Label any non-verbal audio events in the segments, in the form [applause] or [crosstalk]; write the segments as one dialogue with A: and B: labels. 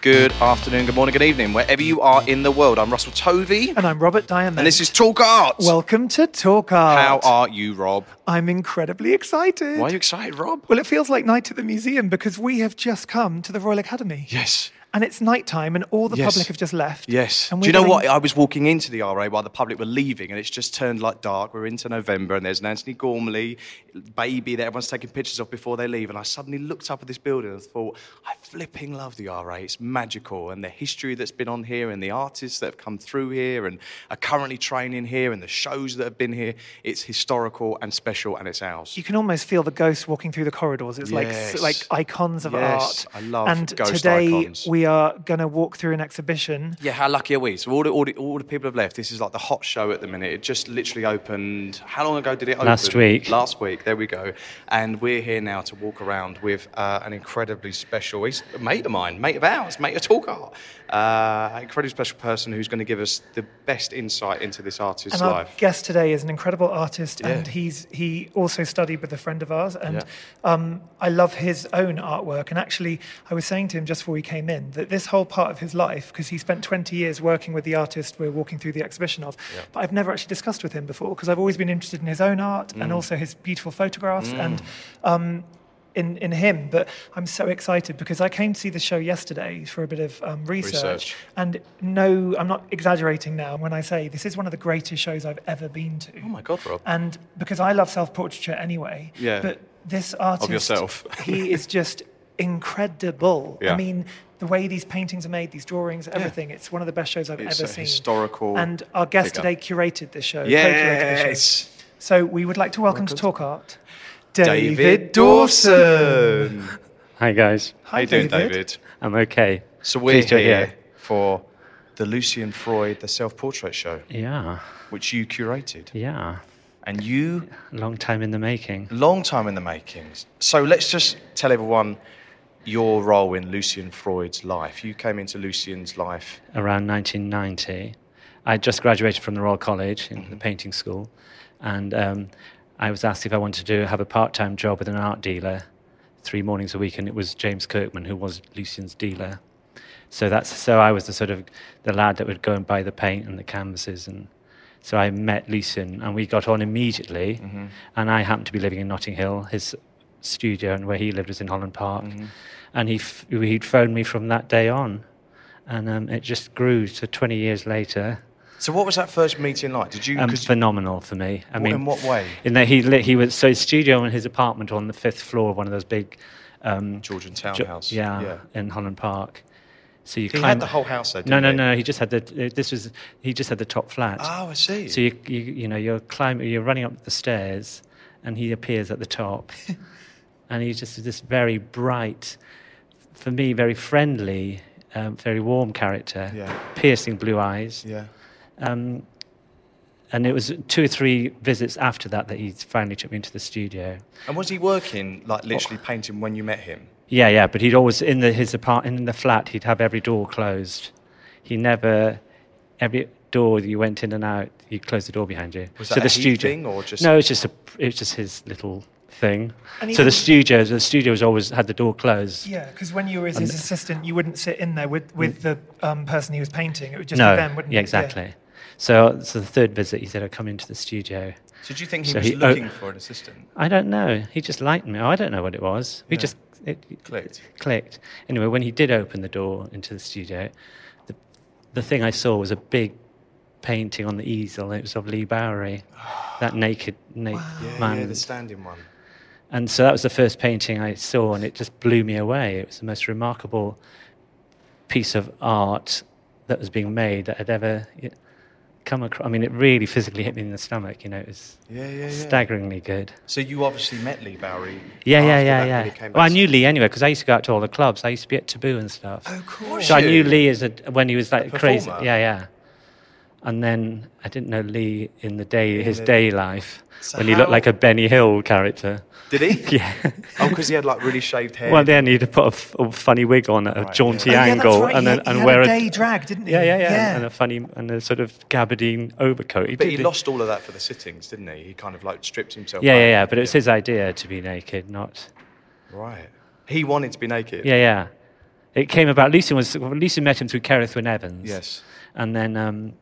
A: Good afternoon, good morning, good evening, wherever you are in the world. I'm Russell Tovey,
B: And I'm Robert Diamond.
A: and this is Talk Art.
B: Welcome to Talk Art.
A: how are you, Rob?
B: I'm incredibly excited.
A: Why are you excited, Rob?
B: Well, it feels like night at the museum because we have just come to the Royal Academy.
A: Yes,
B: And it's night time and all the
A: Yes.
B: public have just left.
A: yes.
B: And
A: Do you
B: we're
A: know what?
B: going-
A: I was walking into the RA while the public were leaving, and it's just turned like dark. We're into November, and there's an Anthony Gormley baby that everyone's taking pictures of before they leave. And I suddenly looked up at this building and thought, I flipping love the RA. It's magical, and the history that's been on here, and the artists that have come through here, and are currently training here, and the shows that have been here. It's historical and special, and it's ours.
B: You can almost feel the ghosts walking through the corridors. It's like
A: Yes.
B: like icons of
A: Yes,
B: art.
A: I love
B: And
A: ghost
B: today
A: icons.
B: we are going to walk through an exhibition.
A: Yeah, how lucky are we? So all the, all the all the people have left. This is like the hot show at the minute. It just literally opened. How long ago did it open?
C: Last week.
A: Last week. There we go. And we're here now to walk around with uh, an incredibly special he's a mate of mine, mate of ours, mate of Talk Art. Uh, an incredibly special person who's going to give us the best insight into this artist's
B: And our
A: life.
B: guest today is an incredible artist,
A: Yeah.
B: and he's he also studied with a friend of ours, and
A: Yeah.
B: um, I love his own artwork. And actually, I was saying to him just before we came in that this whole part of his life, because he spent 20 years working with the artist we're walking through the exhibition of, but I've never actually discussed with him before because I've always been interested in his own art and
A: Mm.
B: also his beautiful photographs and. Um, in, in him, but I'm so excited because I came to see the show yesterday for a bit of um,
A: Research.
B: research, and no, I'm not exaggerating now when I say this is one of the greatest shows I've ever been to.
A: oh my God, Rob.
B: And because I love self portraiture anyway,
A: Yeah.
B: but this artist.
A: yourself.
B: he is just incredible.
A: Yeah.
B: I mean, the way these paintings are made, these drawings, everything, it's one of the best shows I've
A: It's
B: ever
A: a
B: seen.
A: historical
B: And our guest
A: figure.
B: today curated this show. co-curated the show.
A: yes, Oh
B: So we would like to welcome to Talk Art David,
A: David
B: Dawson.
A: Dawson.
C: Hi guys,
A: How you doing, David?
C: I'm okay.
A: So we're
C: Pleased you're
A: here for the Lucian Freud, the self-portrait show.
C: Yeah,
A: which you curated.
C: yeah.
A: And you,
C: Long time in the making.
A: long time in the makings. So let's just tell everyone your role in Lucian Freud's life. You came into Lucian's life.
C: Around 1990, I just graduated from the Royal College in the painting school, and um, I was asked if I wanted to have a part-time job with an art dealer, three mornings a week, and it was James Kirkman who was Lucian's dealer. So that's so I was the sort of the lad that would go and buy the paint and the canvases and. So I met Lucian and we got on immediately. And I happened to be living in Notting Hill. His studio and where he lived was in Holland Park. And he f- he'd phoned me from that day on. And um, it just grew to 20 years later.
A: So what was that first meeting like? Did you?
C: Um,
A: 'cause-
C: phenomenal for me. I
A: Wh-
C: mean,
A: in what way?
C: In that he li- he was so his studio and his apartment on the fifth floor of one of those big um,
A: Georgian
C: Jo-
A: townhouse.
C: Yeah, in Holland Park. So you
A: He
C: climb-
A: had the whole house there.
C: No,
A: Didn't
C: no,
A: he?
C: no. He just had the. This was he just had the top flat.
A: Oh, I see.
C: So you, you you know you're climbing, you're running up the stairs, and he appears at the
A: [laughs]
C: top, and he's just this very bright, for me very friendly, um, very warm character,
A: Yeah.
C: piercing blue eyes,
A: yeah.
C: um, and it was two or three visits after that that he finally took me into the studio.
A: And was he working like literally painting when you met him?
C: Yeah, yeah, but he'd always in the his apart in the flat he'd have every door closed. He never every door that you went in and out, he'd close the door behind you.
A: Was
C: so
A: that
C: the
A: a he
C: studio
A: thing or just-
C: No, it's just a it's just his little thing.
B: And
C: So
B: even-
C: the studio the studio was always had the door closed.
B: Yeah, because when you were his assistant, you wouldn't sit in there with, with the um, person he was painting. It would just
C: no,
B: be them, wouldn't
C: yeah,
B: it?
C: exactly. So, so the third visit, he said, "I come into the studio."
A: So do you think he
C: So
A: was
C: he- oh.
A: looking for an assistant?
C: I don't know. He just liked me. Oh, I don't know what it was. We
A: Yeah.
C: just it,
A: Clicked.
C: Clicked. Anyway, when he did open the door into the studio, the the thing I saw was a big painting on the easel. and It was of Lee Bowery, that naked naked
A: Yeah,
C: man.
A: yeah, the standing one.
C: and so that was the first painting I saw, and it just blew me away. It was the most remarkable piece of art that was being made that had ever y- come across. I mean, it really physically hit me in the stomach. You know, it was
A: Yeah, yeah, yeah.
C: staggeringly good.
A: So you obviously met Lee Bowery.
C: Yeah, yeah, yeah,
A: after that when he
C: yeah.
A: came
C: Well, I
A: back.
C: knew Lee anyway because I used to go out to all the clubs. I used to be at Taboo and stuff.
B: Oh,
A: Of course.
C: so I knew Lee as a, when he was like
A: A
C: crazy.
A: performer.
C: Yeah, yeah. And then I didn't know Lee in the day, his
A: the-
C: day life,
A: So
C: when he looked
A: how-
C: like a Benny Hill character. [laughs]
A: Did he?
C: Yeah.
A: Oh, because he had like really shaved hair.
C: well, then he'd put a, f- a funny wig on at a
A: Right,
C: jaunty
A: yeah.
B: Oh, yeah, that's
C: angle,
B: right.
C: and
B: He
C: then
B: had- he
C: and
B: had
C: wear
B: a
C: a
B: day drag, didn't he?
C: yeah, yeah, yeah, and
B: yeah.
C: a funny and a sort of gabardine overcoat.
A: but he
C: did it.
A: lost all of that for the sittings, didn't he? He kind of like stripped himself.
C: Yeah,
A: back.
C: yeah, yeah. But it was his idea to be naked, not.
A: Right. He wanted to be naked.
C: Yeah, yeah. It came about. Lucy was well, Lucy met him through Kerithwin Evans.
A: Yes.
C: and then um,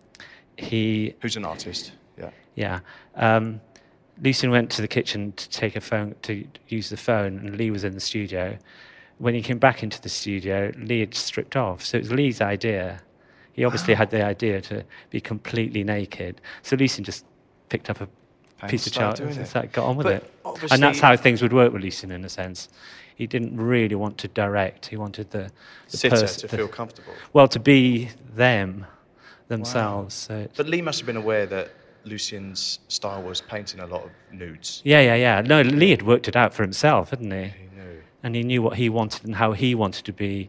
C: he,
A: Who's an artist? Yeah.
C: yeah. Um, Lucian went to the kitchen to take a phone to use the phone, and Lee was in the studio. When he came back into the studio, Lee had stripped off. So it was Lee's idea. He obviously had
A: [gasps]
C: the idea to be completely naked. So Lucian just picked up a
A: And
C: piece of chart
A: started doing
C: and
A: it.
C: started- got on with
A: But
C: it. And that's
A: obviously-
C: how things would work with Lucian in a sense. He didn't really want to direct. He wanted the, the
A: Sitter
C: pers-
A: to
C: the-
A: feel comfortable.
C: well, to be them, themselves. So it's-
A: But Lee must have been aware that Lucian's style was painting a lot of nudes.
C: yeah, yeah, yeah. No, Lee had worked it out for himself, hadn't he?
A: He knew.
C: And he knew what he wanted and how he wanted to be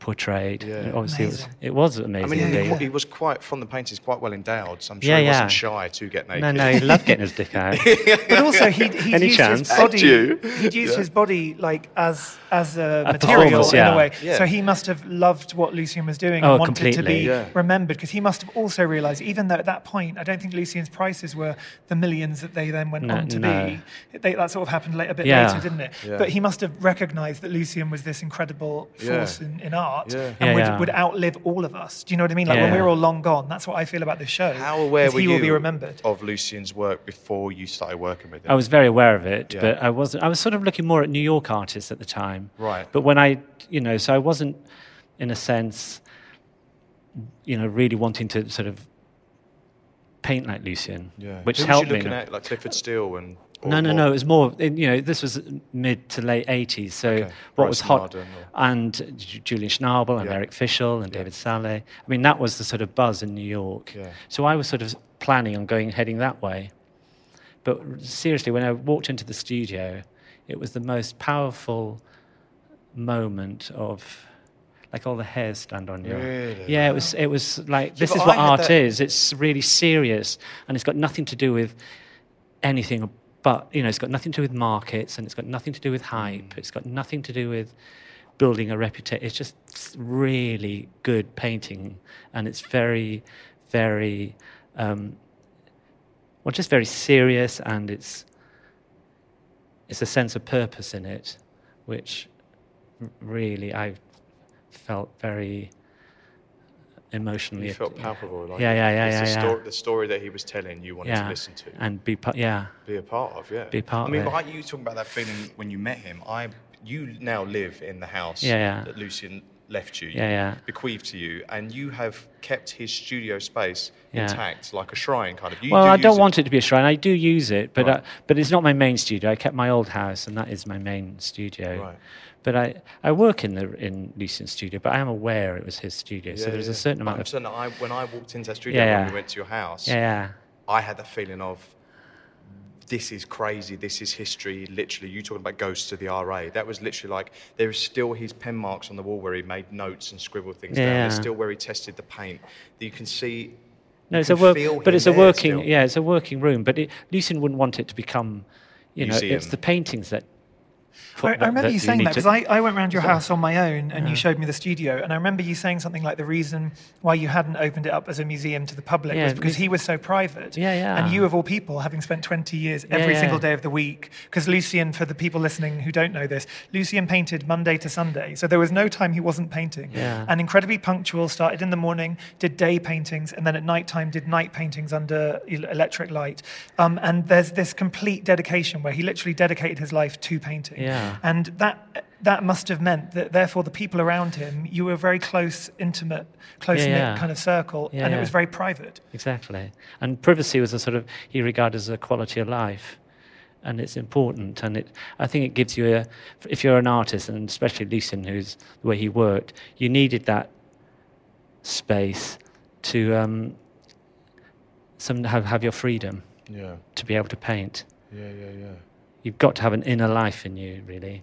C: portrayed.
A: Yeah.
C: And Obviously, it was, it was
A: I
C: amazing.
A: mean, he,
C: Lee.
A: wa- he was quite, from the paintings, quite well endowed, so I'm sure
C: Yeah,
A: he
C: yeah.
A: wasn't shy to get naked.
C: No,
A: [laughs]
C: no, he loved getting his dick out.
B: But also, he he
C: Any
B: used
C: chance?
B: his
C: Thank
B: body.
A: you.
B: He'd used
A: Yeah.
B: his body like as as a,
C: A
B: material
C: performance,
B: in
C: yeah.
B: a way.
A: Yeah.
B: So he must have loved what Lucian was doing
C: Oh,
B: and wanted to
C: completely.
B: be
A: Yeah.
B: remembered because he must have also realised, even though at that point, I don't think Lucian's prices were the millions that they then went
C: No,
B: on to
C: no.
B: be. They, that sort of happened late, a bit
C: Yeah.
B: later, didn't it?
A: Yeah.
B: But he must have recognised that Lucian was this incredible
A: Yeah.
B: force in, in art
A: Yeah.
B: and
C: Yeah,
B: would,
C: yeah.
B: would outlive all of us. Do you know what I mean? Like when
C: Yeah.
B: we're all long gone, that's what I feel about this show.
A: [laughs] How aware
B: is
A: were
B: he
A: you
B: will be remembered.
A: of Lucian's work before you started working with
C: [laughs]
A: him?
C: I was very aware of it,
A: Yeah.
C: but I wasn't. I was sort of looking more at New York artists at the time.
A: Right.
C: But when I, you know, so I wasn't, in a sense, you know, really wanting to sort of paint like Lucian,
A: yeah.
C: which
A: Who was
C: helped
A: you looking
C: me.
A: at, like Clifford Steele and. or
C: No, no,
A: more-
C: no. It was more. in- You know, this was mid to late '80s. So
A: Okay.
C: what
A: Bryce
C: was hot,
A: Marden or-
C: and J- Julian Schnabel and
A: Yeah.
C: Eric Fischel and David Saleh. I mean, that was the sort of buzz in New York.
A: Yeah.
C: So I was sort of planning on going heading that way. But r- seriously, when I walked into the studio, it was the most powerful moment of. Like all the hairs stand on you.
A: Really?
C: Yeah, it was. It was like this
A: but
C: is what
A: I had
C: art
A: that-
C: is. It's really serious, and it's got nothing to do with anything but you know it's got nothing to do with markets and it's got nothing to do with
A: Mm.
C: hype it's got nothing to do with building a reputation it's just s- really good painting and it's very very um well just very serious and it's it's a sense of purpose in it which r- really i felt very emotionally
A: You felt palpable. Like
C: Yeah, yeah, yeah,
A: it's
C: yeah,
A: The,
C: yeah.
A: Story, the story that he was telling, you wanted to
C: yeah
A: listen to.
C: and be part yeah
A: be a part of, yeah.
C: Be a part
A: I
C: of
A: mean,
C: it.
A: like you talking about that feeling when you met him. I, you now live in the house
C: Yeah, yeah.
A: that Lucian left you,
C: Yeah, yeah.
A: bequeathed to you, and you have kept his studio space
C: Yeah.
A: intact, like a shrine, kind of. You
C: well,
A: do
C: I
A: use
C: don't
A: it.
C: want it to be a shrine. I do use it, but
A: Right.
C: I, but it's not my main studio. I kept my old house, and that is my main studio.
A: Right.
C: But I, I work in the in Lucian's studio, but I am aware it was his studio. so there's a certain amount
A: I'm
C: of
A: saying that I, when I walked into that studio
C: Yeah,
A: when
C: yeah.
A: we went to your house,
C: yeah, yeah,
A: I had the feeling of. This is crazy. This is history. Literally, you talking about ghosts to the RA. That was literally like there is still his pen marks on the wall where he made notes and scribbled things down. There's
C: Yeah.
A: still where he tested the paint. You can see
C: No, it's
A: can
C: a work,
A: feel
C: but
A: him
C: it's a
A: there
C: working
A: still.
C: yeah, it's a working room. But it, Lucian wouldn't want it to become, you know,
A: Museum.
C: it's the paintings that put
B: I,
C: that-
B: I remember
C: that
B: you saying
C: need
B: that
C: to-
B: because I, I went round your house on my own and you showed me the studio. And I remember you saying something like the reason why you hadn't opened it up as a museum to the public
C: Yeah,
B: was because
C: muse-
B: he was so private.
C: Yeah, yeah.
B: And you, of all people, having spent 20 years
C: Yeah,
B: every
C: yeah.
B: single day of the week, because Lucien, for the people listening who don't know this, Lucien painted Monday to Sunday. So there was no time he wasn't painting.
C: Yeah.
B: And incredibly punctual, started in the morning, did day paintings, and then at night time did night paintings under el- electric light. Um, and there's this complete dedication where he literally dedicated his life to painting.
C: Yeah.
B: And that that must have meant that therefore the people around him, you were a very close, intimate, close knit
C: yeah.
B: kind of circle,
C: Yeah,
B: and it
C: yeah.
B: was very private.
C: Exactly. And privacy was a sort of he regarded as a quality of life, and it's important. And it, I think, it gives you a. If you're an artist, and especially Lucien, who's the way he worked, you needed that space to um, some have have your freedom
A: Yeah,
C: to be able to paint.
A: yeah, yeah, yeah.
C: You've got to have an inner life in you, really,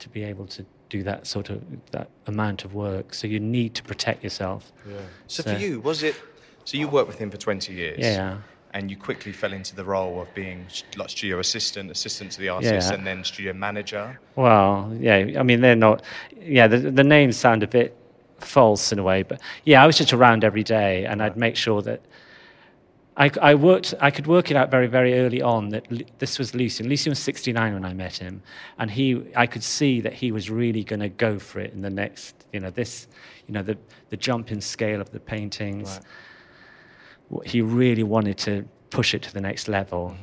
C: to be able to do that sort of that amount of work. So you need to protect yourself.
D: So,
C: So-
D: for you, was it? So you worked with him for 20 years.
C: Yeah.
D: And you quickly fell into the role of being st- like studio assistant, assistant to the artist,
C: Yeah.
D: and then studio manager.
C: Well, yeah, I mean, they're not, yeah, the, the names sound a bit false in a way, but yeah, I was just around every day and I'd make sure that I, c- I worked, I could work it out very, very early on that Lu- this was Lucian. Lucian was 69 when I met him and he, I could see that he was really going to go for it in the next, you know, this, you know, the, the jump in scale of the paintings w- he really wanted to push it to the next level.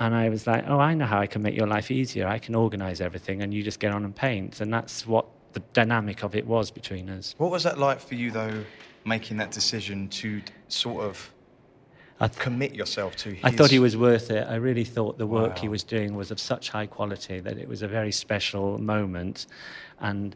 C: And I was like, oh, I know how I can make your life easier. I can organize everything and you just get on and paint. And that's what the dynamic of it was between us.
D: What was that like for you, though, making that decision to d- sort of
C: I, th-
D: commit yourself to his?
C: I thought he was worth it. I really thought the work he
D: Wow.
C: was doing was of such high quality that it was a very special moment. And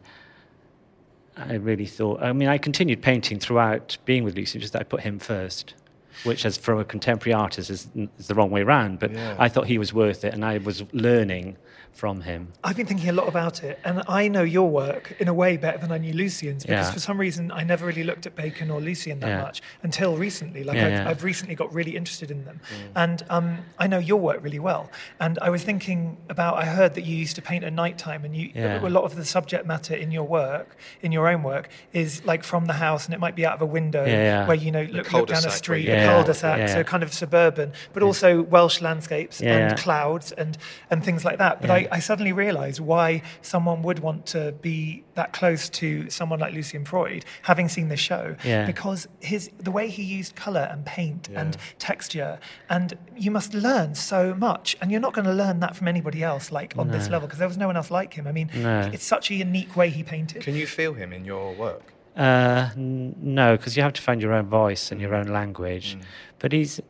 C: I really thought, I mean, I continued painting throughout being with Lucy, just that I put him first. Which, as from a contemporary artist, is, is the wrong way round. But
D: Yeah.
C: I thought he was worth it, and I was learning from him.
B: I've been thinking a lot about it, and I know your work in a way better than I knew Lucian's because
C: Yeah.
B: for some reason I never really looked at Bacon or Lucian that
C: Yeah.
B: much until recently. Like
C: Yeah,
B: I've,
C: yeah. Mm.
B: I've recently got really interested in them, and um, I know your work really well. And I was thinking about I heard that you used to paint at night time, and you
C: Yeah.
B: a lot of the subject matter in your work, in your own work, is like from the house, and it might be out of a window
C: Yeah, yeah.
B: where you know look, look down a
D: cul-de-sac where
B: street,
D: you
B: a
C: Yeah.
B: cul-de-sac,
C: Yeah, yeah.
B: so kind of suburban, but also Welsh landscapes
C: Yeah,
B: and
C: yeah.
B: clouds and and things like that. But I, I suddenly realised why someone would want to be that close to someone like Lucian Freud, having seen this show,
C: Yeah.
B: because his the way he used colour and paint and texture, and you must learn so much, and you're not going to learn that from anybody else like on this level because there was no one else like him. I mean,
C: No.
B: it's such a unique way he painted.
D: Can you feel him in your work?
C: Uh, n- no, because you have to find your own voice and your
D: Mm.
C: own language. But he's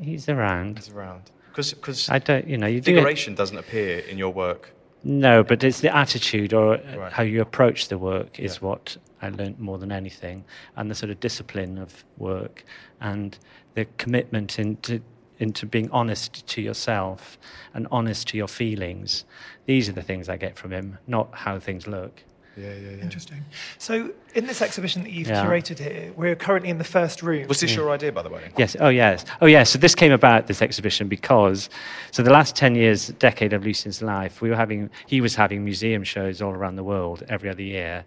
C: he's around.
D: He's around. Because
C: I don't, you know, you do. It,
D: figuration doesn't appear in your work.
C: no, but it's the attitude or uh,
D: Right.
C: how you approach the work is
D: Yeah.
C: what I learnt more than anything, and the sort of discipline of work and the commitment into into being honest to yourself and honest to your feelings. These are the things I get from him, not how things look.
D: Yeah, yeah, yeah.
B: Interesting. So, in this exhibition that you've
C: Yeah.
B: curated here, we're currently in the first room.
D: Was this your idea, by the way?
C: Yes. Oh, yes. Oh, yes. So this came about this exhibition because, so the last ten years, decade of Lucian's life, we were having, he was having museum shows all around the world every other year,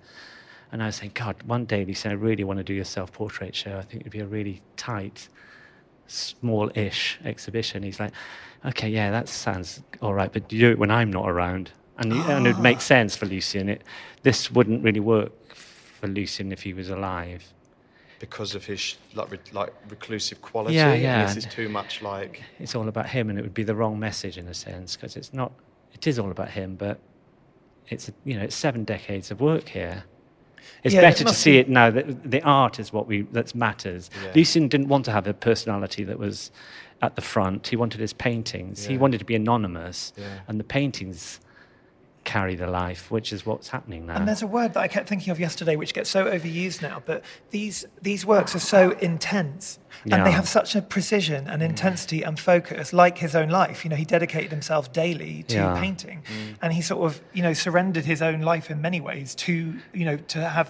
C: and I was saying, God, one day, Lucian, I really want to do your self-portrait show. I think it'd be a really tight, small-ish exhibition. He's like, Okay, yeah, that sounds all right, but do it when I'm not around, and and it would make sense for Lucian. It this wouldn't really work for Lucian if he was alive.
D: Because of his sh- like, re- like reclusive quality.
C: Yeah,
D: and
C: yeah.
D: This is too much like.
C: it's all about him and it would be the wrong message in a sense because it's not it is all about him but it's you know it's seven decades of work here it's
B: Yeah, it
C: better to
B: must
C: see
B: be-
C: it now that the art is what we that matters
D: Yeah.
C: lucien didn't want to have a personality that was at the front he wanted his paintings he
D: Yeah.
C: wanted to be anonymous
D: Yeah.
C: and the paintings carry the life which is what's happening now
B: And there's a word that I kept thinking of yesterday, which gets so overused now. But these these works are so intense, and they
C: Yeah.
B: have such a precision and
D: Mm.
B: intensity and focus, like his own life. You know, he dedicated himself daily to
C: Yeah.
D: Mm.
B: painting, and he sort of you know surrendered his own life in many ways to you know to have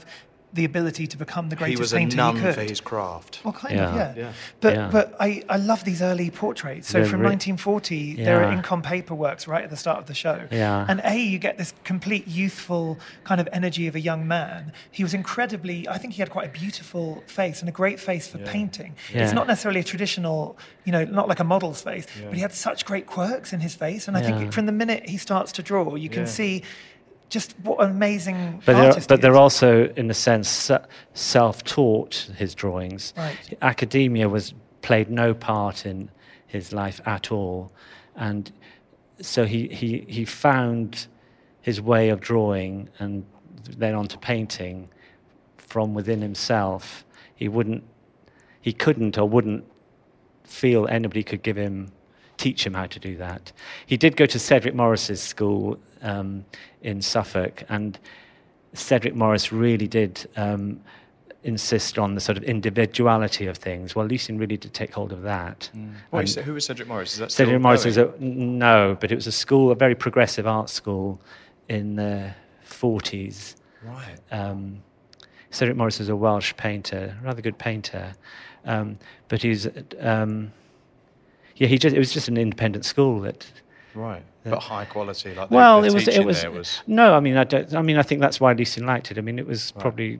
B: the ability to become the
D: He
B: greatest
D: was a
B: painter
D: nun
B: he could.
D: for his craft.
B: Well, kind of,
C: Yeah.
B: yeah.
D: Yeah.
B: But
C: Yeah.
B: but I, I love these early portraits. So
C: They're
B: from
C: re-
B: 1940, there are
C: Yeah.
B: Incom paper works right at the start of the show.
C: Yeah.
B: And A, you get this complete youthful kind of energy of a young man. He was incredibly, I think he had quite a beautiful face and a great face for painting. It's
C: Yeah.
B: not necessarily a traditional, you know, not like a model's face, but he had such great quirks in his face. And I
C: Yeah.
B: think from the minute he starts to draw, you can
D: Yeah.
B: see just what an amazing
C: But they're,
B: artist
C: but
B: he
C: they're
B: is.
C: also, in a sense, se- self-taught his drawings.
B: Right.
C: Academia was played no part in his life at all, and so he he he found his way of drawing and then on to painting from within himself. He wouldn't, he couldn't or wouldn't feel anybody could give him teach him how to do that. He did go to Cedric Morris's school um, in Suffolk, and Cedric Morris really did um, insist on the sort of individuality of things. Well, Lucien really did take hold of that.
D: What
C: And
D: is it- who is Cedric Morris? Is that still
C: Cedric Morris
D: going?
C: was a no, but it was a school, a very progressive art school in the 40s.
D: right.
C: Um, Cedric Morris is a Welsh painter, rather good painter, um, but he's um, yeah, he just it was just an independent school that.
D: Right. But high quality, like
C: Well,
D: the,
C: it
D: the
C: was it
D: teaching
C: was,
D: there was
C: no, I mean I don't, I mean I think that's why Lucien liked it. I mean it was probably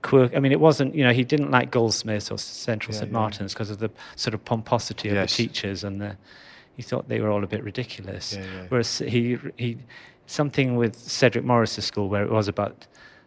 C: quirk. I mean it wasn't you know he didn't like Goldsmiths or Central St
D: yeah.
C: Martins because of the sort of pomposity of
D: Yes.
C: the teachers and the he thought they were all a bit ridiculous.
D: Yeah, yeah.
C: Whereas he he something with Cedric Morris's school where it was about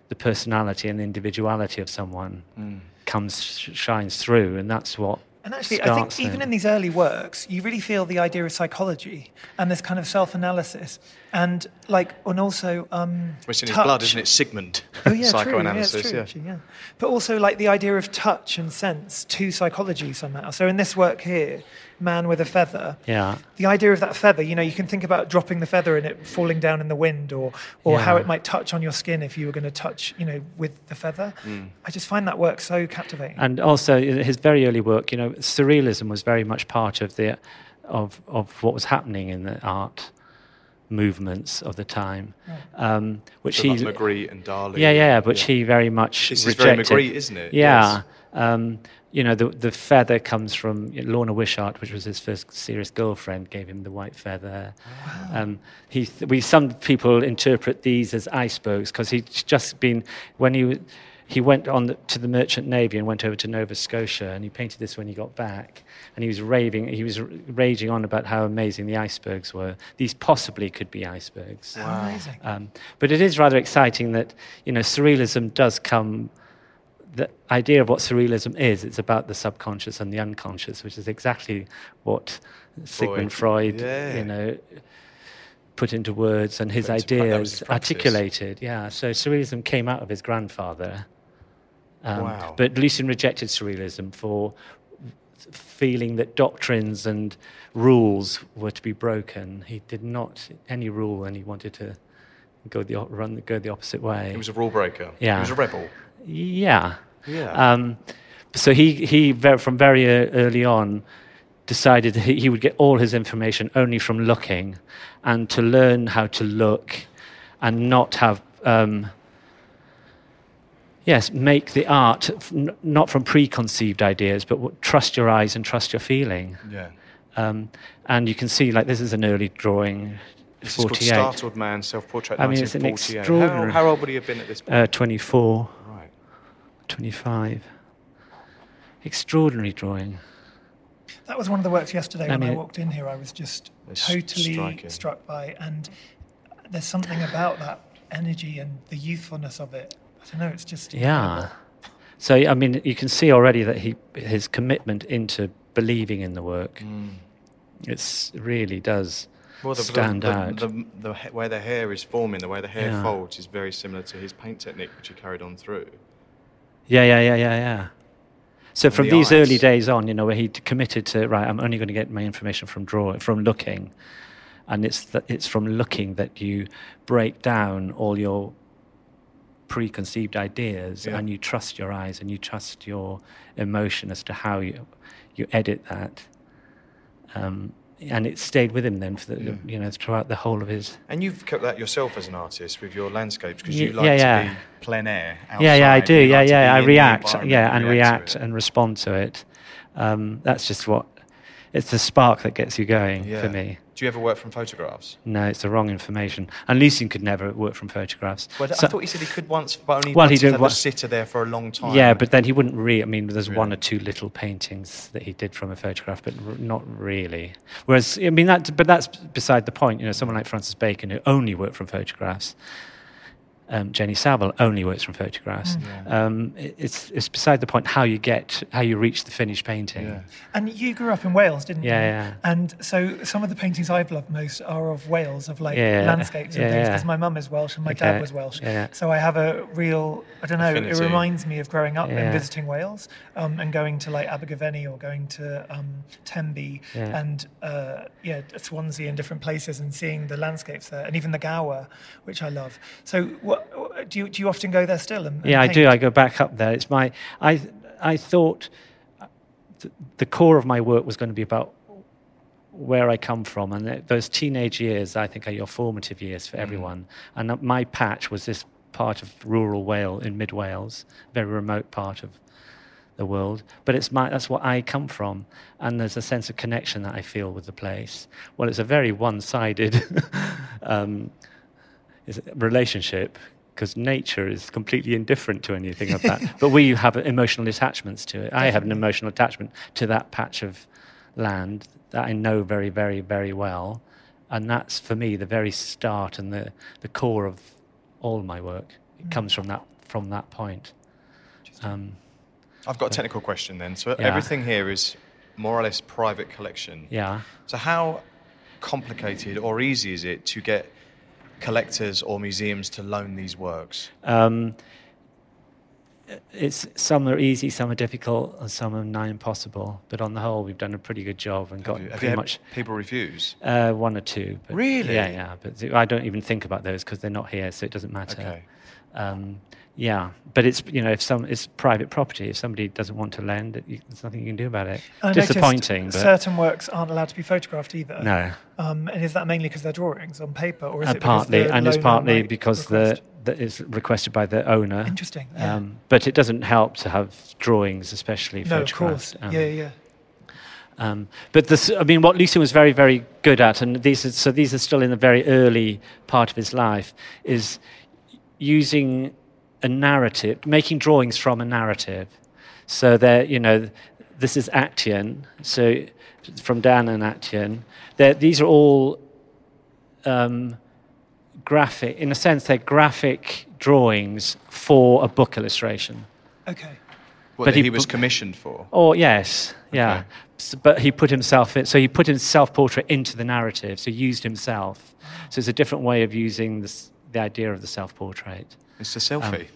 C: the personality and the individuality of someone
D: Mm.
C: comes sh- shines through, and that's what.
B: And actually, I
C: starts
B: think even
C: him.
B: in these early works, you really feel the idea of psychology and this kind of self-analysis, and like, and also um,
D: Which in his
B: touch.
D: blood, isn't it? Sigmund. [laughs]
B: Oh yeah, true. Yeah, it's
D: Psychoanalysis.
B: true, actually, yeah. But also like the idea of touch and sense to psychology somehow. So in this work here, Man with a Feather,
C: Yeah.
B: the idea of that feather, you know, you can think about dropping the feather and it falling down in the wind or, or
C: Yeah.
B: how it might touch on your skin if you were going to touch, you know, with the feather.
D: Mm.
B: I just find that work so captivating.
C: and also his very early work you know surrealism was very much part of the of of what was happening in the art movements of the time um, which
D: So
C: he
D: like Magritte and Dali.
C: yeah yeah which he very much
D: This is very
C: rejected
D: Magritte, isn't it?
C: yeah
D: Yes.
C: um, you know the the feather comes from Lorna Wishart which was his first serious girlfriend gave him the white feather um, he th- we some people interpret these as icebergs because he's just been when he w- he went on the, to the merchant navy and went over to Nova Scotia and he painted this when he got back and he was raving he was r- raging on about how amazing the icebergs were these possibly could be icebergs
B: Amazing.
C: um, but it is rather exciting that you know surrealism does come. The idea of what surrealism is, it's about the subconscious and the unconscious, which is exactly what Sigmund Freud,
D: Yeah.
C: you know, put into words and his
D: Put into pra- that was
C: ideas
D: his practice.
C: articulated. Yeah, so surrealism came out of his grandfather. Um,
D: Wow.
C: But Lucien rejected surrealism for feeling that doctrines and rules were to be broken. He did not any rule, and he wanted to go the op- run go the opposite way.
D: He was a rule breaker.
C: Yeah.
D: He was a rebel.
C: yeah,
D: Yeah.
C: um, so he he ver- from very ear- early on decided that he, he would get all his information only from looking, and to learn how to look, and not have. Um, Yes, make the art f- n- not from preconceived ideas, but w- trust your eyes and trust your feeling.
D: yeah.
C: Um, and you can see, like, this is an early drawing,
D: This is called
C: 48,
D: Startled Man Self Portrait
C: I mean, it's an
D: 1948.
C: extraordinary-
D: How, how old would he have been at this point?
C: uh, 24,
D: right.
C: 25. Extraordinary drawing.
B: That was one of the works yesterday
C: I
B: when I
C: mean-
B: walked in here. I was just
D: It's
B: totally
D: striking.
B: struck by, and there's something about that energy and the youthfulness of it. I don't know. It's just
C: Yeah. So, I mean, you can see already that he his commitment into believing in the work. It's really does
D: Mm. Well, the, the-
C: stand
D: the,
C: out.
D: The, the, he- where the hair is forming, the way the hair
C: Yeah.
D: folds is very similar to his paint technique, which he carried on through.
C: Yeah, yeah, yeah, yeah, yeah. So
D: And
C: from
D: the
C: these early
D: eyes.
C: days on, you know, where he d- committed to right, I'm only going to get my information from draw from looking, and it's that it's from looking that you break down all your preconceived ideas
D: Yeah.
C: and you trust your eyes and you trust your emotion as to how you you edit that. Um, and it stayed with him then for the,
D: Mm.
C: you know throughout the whole of his
A: And you've kept that yourself as an artist with your landscapes because
C: Ye-
A: you like
C: yeah,
A: to
C: yeah.
A: be plein air. Outside.
C: yeah, yeah, I do.
A: You
C: Yeah,
A: like to be
C: yeah, I
A: in the
C: react.
A: environment
C: Yeah, and
A: react
C: react
A: to it.
C: and respond to it. Um, that's just what. It's the spark that gets you going
A: Yeah.
C: for me.
A: Do you ever work from photographs?
C: No, it's the wrong information. And Lucien could never work from photographs.
A: Well,
C: So-
A: I thought he said he could once, but only
C: Well,
A: well,
C: he
A: he
C: did
A: had
C: wa-
A: the sitter there for a long time.
C: yeah, but then he wouldn't really. I mean, there's one
A: Really?
C: or two little paintings that he did from a photograph, but r- not really. Whereas, I mean, that, but that's beside the point. You know, someone like Francis Bacon, who only worked from photographs, um, Jenny Savile only works from photographs.
A: Mm.
C: Um, it- it's, it's beside the point how you get, how you reach the finished painting.
A: Yeah.
B: And you grew up in Wales, didn't
C: Yeah,
B: you?
C: yeah.
B: And so some of the paintings I've loved most are of Wales, of like
C: Yeah,
B: landscapes and
C: yeah,
B: things,
C: yeah.
B: because my mum is Welsh and my
C: Okay,
B: dad was Welsh.
C: yeah, yeah.
B: So I have a real, I don't know, it
A: Affinity.
B: reminds me of growing up
C: Yeah.
B: and visiting Wales um, and going to like Abergavenny or going to um, Temby
C: Yeah.
B: and uh, yeah, Swansea and different places and seeing the landscapes there and even the Gower, which I love. So what, do, you, do you often go there still? And, and
C: yeah, I do.
B: paint?
C: I go back up there. It's my I I thought th- the core of my work was going to be about where I come from and th- those teenage years. I think are your formative years
B: Mm.
C: for everyone. And uh, my patch was this part of rural Wales in mid Wales, very remote part of the world. But it's my that's what I come from, and there's a sense of connection that I feel with the place. Well, it's a very one-sided. [laughs] um, is a relationship because nature is completely indifferent to anything of that. but we have emotional attachments to it. I have an emotional attachment to that patch of land that I know very, very, very well. And that's for me the very start and the, the core of all my work.
A: Mm.
C: It comes from that from that point. Um,
A: I've got a technical question then. So
C: Yeah.
A: everything here is more or less private collection.
C: yeah.
A: So how complicated or easy is it to get collectors or museums to loan these works?
C: Um, it's some are easy, some are difficult, and some are nigh impossible. But on the whole, we've done a pretty good job and got
A: Have you
C: pretty
A: had
C: much
A: people refuse?
C: Uh, one or two. But
A: Really?
C: Yeah, yeah. But th- I don't even think about those because they're not here, so it doesn't matter.
A: Okay.
C: Um, yeah, but it's you know if some it's private property. If somebody doesn't want to lend, it, you, there's nothing you can do about it.
B: I noticed
C: Disappointing, but
B: Certain works aren't allowed to be photographed either.
C: no,
B: Um, and is that mainly because they're drawings on paper, or is
C: and
B: it because
C: partly
B: the
C: and it's
B: loaner
C: partly
B: might
C: because the,
B: request?
C: the it's requested by the owner.
B: Interesting, yeah.
C: Um, but it doesn't help to have drawings, especially
B: no, of
C: photographed.
B: course,
C: um,
B: yeah, yeah,
C: Um, but this, I mean, what Lucian was very, very good at, and these are, so these are still in the very early part of his life, is using a narrative, making drawings from a narrative. So they're, you know, this is Actian, so from Dan and Actian. They're, these are all um, graphic, in a sense, they're graphic drawings for a book illustration.
B: okay.
A: What,
C: But
A: that
C: he
A: he, was
C: bu-
A: commissioned for.
C: Oh yes, yeah.
A: Okay.
C: S- but he put himself in, so he put his self-portrait into the narrative. So he used himself. So it's a different way of using this, the idea of the self-portrait.
A: It's the
C: Um,
A: selfie.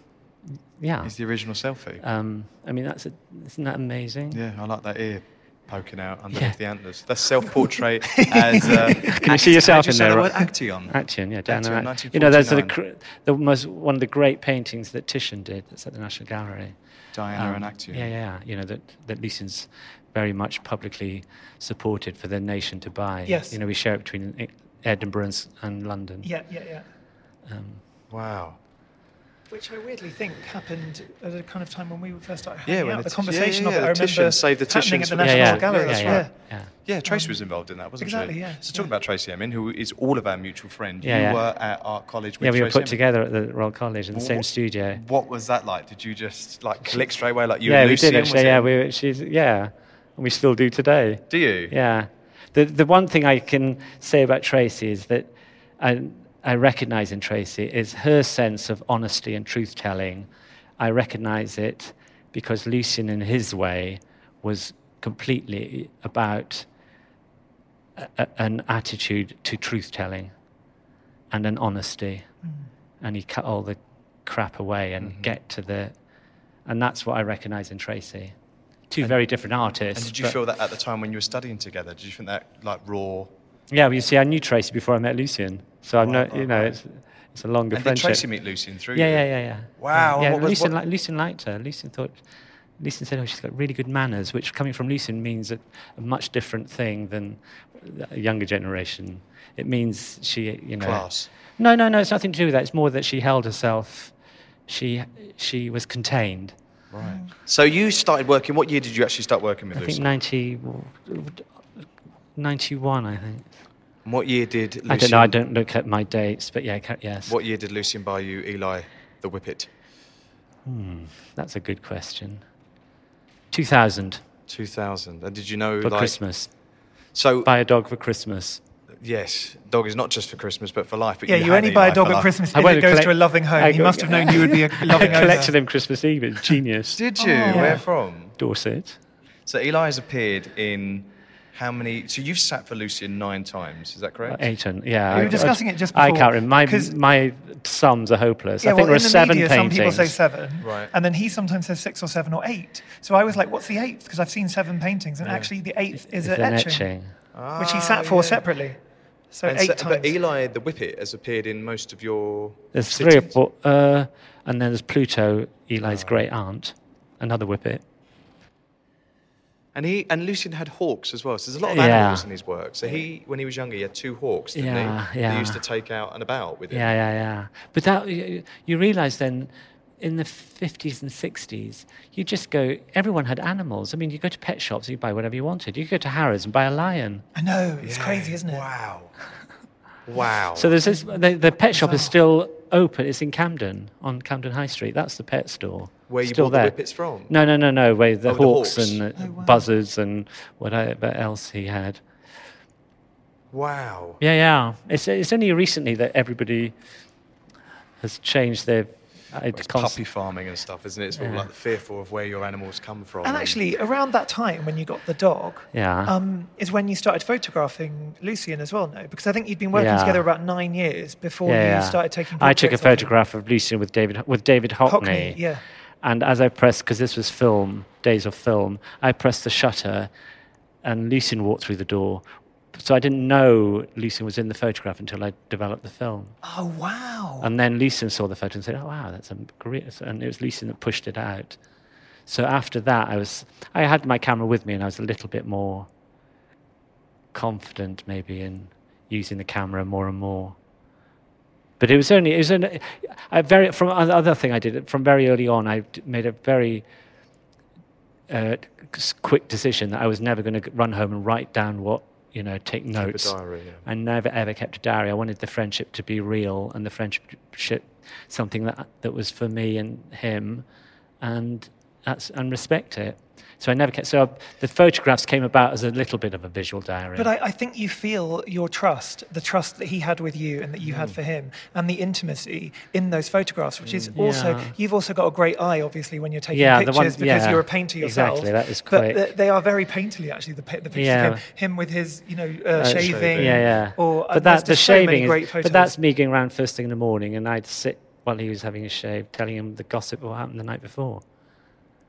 C: Yeah.
A: it's the original selfie.
C: Um, I mean, that's a, isn't that amazing?
A: yeah, I like that ear poking out underneath
C: Yeah.
A: the antlers. That's
C: [laughs]
A: self-portrait as. Uh,
C: Can you see yourself in there?
A: The word
C: right?
A: Actaeon.
C: Actaeon, yeah, Dan
A: Actaeon,
C: and Act- You know, there's the,
A: 1949.
C: cr- the most one of the great paintings that Titian did. That's at the National Gallery.
A: Diana
C: Um,
A: and Actaeon.
C: Yeah, yeah. You know that that Lucian's very much publicly supported for the nation to buy.
B: Yes.
C: You know, we share it between E- Edinburgh and, s- and London.
B: Yeah, yeah, yeah.
C: Um,
A: Wow.
B: Which I weirdly think happened at a kind of time when we were first started
A: Yeah,
B: happening
A: when
B: out.
A: the
B: The
A: t-
B: conversation
A: yeah, yeah,
B: of it, I
A: the Titian
B: remember
A: saved the
B: happening
A: Titians
B: at the
A: from-
B: National
C: yeah,
B: Gallery.
C: yeah,
B: that's
C: yeah,
B: right.
C: yeah.
A: Yeah, Tracy was involved in that, wasn't
B: exactly,
A: she?
B: yeah,
A: So talking
B: yeah.
A: about Tracy Emin, who is all of our mutual friend.
C: Yeah,
A: you
C: yeah.
A: were at art college with
C: yeah, we were
A: Tracy
C: put
A: Emin.
C: together at the Royal College in the same
A: What-
C: studio.
A: What was that like? Did you just like click straight away like you
C: yeah,
A: and
C: we
A: Lucy?
C: did actually. Yeah, we were, she's yeah, and we still do today.
A: Do you?
C: Yeah, the the one thing I can say about Tracy is that I I recognise in Tracy is her sense of honesty and truth telling. I recognise it because Lucian, in his way, was completely about a, a- an attitude to truth telling and an honesty.
A: Mm.
C: and he cut all the crap away and
A: Mm-hmm.
C: get to the and that's what i recognize in tracy two very different artists
A: And did you
C: but-
A: feel that at the time when you were studying together? Did you think that like raw?
C: yeah well you see i knew tracy before i met lucian so i've
A: Right,
C: no you
A: right,
C: know
A: right.
C: it's it's a longer
A: Oh, And did
C: friendship
A: Tracy meet Lucian through
C: yeah
A: you?
C: yeah yeah yeah
A: Wow, and
C: yeah
A: what was-
C: lucian,
A: what-
C: li- lucian liked her lucian thought Leeson said, "Oh, she's got really good manners," which, coming from Leeson, means a, a much different thing than a younger generation. It means she, you know,
A: Class.
C: No, no, no. It's nothing to do with that. It's more that she held herself. She she was contained.
A: So you started working. What year did you actually start working
C: I
A: with
C: think
A: Lucy?
C: 90, 91, I think.
A: And what year did Lucy?
C: I don't know. I don't look at my dates, but yeah, ca- yes.
A: What year did Lucian buy you Eli the Whippet?
C: That's a good question. 2000
A: Two thousand. And did you know
C: for
A: like
C: Christmas.
A: so?
C: Buy a dog for Christmas.
A: yes, dog is not just for Christmas, but for life. But
B: Yeah,
A: you,
B: you
A: had
B: only buy
A: Eli
B: a dog
A: for
B: at
A: life.
B: Christmas
C: I
B: if
C: won't
B: it goes to a
C: collect-
B: loving home.
C: I
B: He must have known you would be a
C: [laughs] I
B: loving owner.
C: collected them Christmas Eve. It's
B: [laughs]
C: genius.
A: Did
B: Oh,
A: you? Where from?
C: Dorset.
A: So Eli has appeared in how many? So you've sat for Lucian nine times. Is that correct?
C: Aiton, yeah.
B: We were
C: I-
B: discussing it just
C: I
B: before,
C: can't remember.
B: 'cause-
C: My, my sums are hopeless.
B: Yeah,
C: I think there
B: well,
C: are
B: in the
C: seven
B: media,
C: paintings.
B: some people say seven,
A: Right.
B: and then he sometimes says six or seven or eight. So I was like, "What's the eighth? Because I've seen seven paintings, and actually the eighth is
C: It's
B: an
C: an
B: etching,
C: etching.
B: which he sat for separately. So
A: Oh, Ah, And
B: eight
A: so-
B: times.
A: But Eli the Whippet has appeared in most of your.
C: There's three or four. Uh, and then there's Pluto, Eli's
B: Ah.
C: great aunt, another whippet.
A: And he and Lucian had hawks as well. So there's a lot of
C: Yeah.
A: animals in his work. So he, when he was younger, he had two hawks,
C: Yeah,
A: didn't he? That
C: yeah.
A: He used to take out and about with him.
C: Yeah, yeah, yeah. But that you, you realize then in the 50s and 60s, you just go, everyone had animals. I mean, you go to pet shops, you buy whatever you wanted. You go to Harrods and buy a lion.
B: I know it's
A: Yeah.
B: crazy, isn't it?
A: Wow. Wow.
C: So there's this, the, the pet shop is still open. It's in Camden, on Camden High Street. That's the pet store.
A: Where you
C: still
A: bought the
C: there.
A: whippets from?
C: No, no, no, no. Where the,
A: Oh, the
C: hawks,
A: hawks.
C: and the buzzards and whatever else he had.
A: wow.
C: Yeah, yeah. It's, it's only recently that everybody has changed their. uh,
A: It's
C: cons-
A: puppy farming and stuff, isn't it? It's all like fearful of where your animals come from.
B: And actually, around that time when you got the dog,
C: Yeah.
B: um, is when you started photographing Lucian as well. No, because I think you'd been working
C: Yeah.
B: together about nine years before you started taking.
C: I took a
B: portraits of him.
C: photograph of Lucian with David with David Hockney.
B: Hockney, yeah.
C: And as I pressed, because this was film days of film, I pressed the shutter, and Lucian walked through the door. So I didn't know Lucian was in the photograph until I developed the film.
B: Oh wow!
C: And then Leeson saw the photo and said, "Oh wow, that's a great!" And it was Leeson that pushed it out. So after that, I was I had my camera with me, and I was a little bit more confident, maybe in using the camera more and more. But it was only it was only, I very from the other thing I did from very early on. I d- made a very uh, s- quick decision that I was never going to run home and write down what you know, take notes.
A: diary, yeah.
C: I never ever kept a diary. I wanted the friendship to be real and the friendship something that that was for me and him, and that's and respect it. So I never kept. So the photographs came about as a little bit of a visual diary.
B: But I, I think you feel your trust, the trust that he had with you and that you
C: Mm.
B: had for him, and the intimacy in those photographs, which is also,
C: Mm, Yeah.
B: you've also got a great eye, obviously, when you're taking
C: Yeah, the
B: pictures
C: one-
B: because
C: yeah,
B: you're a painter yourself.
C: exactly, that is
B: But
C: quick.
B: th- they are very painterly, actually, the, pi- the pictures
C: Yeah.
B: of him, him with his, you know, uh, shaving.
C: Yeah, yeah.
B: Or, uh,
C: but that the shaving.
B: So many great
C: is,
B: photos.
C: but that's me going around first thing in the morning, and I'd sit while he was having his shave, telling him the gossip of what happened the night before.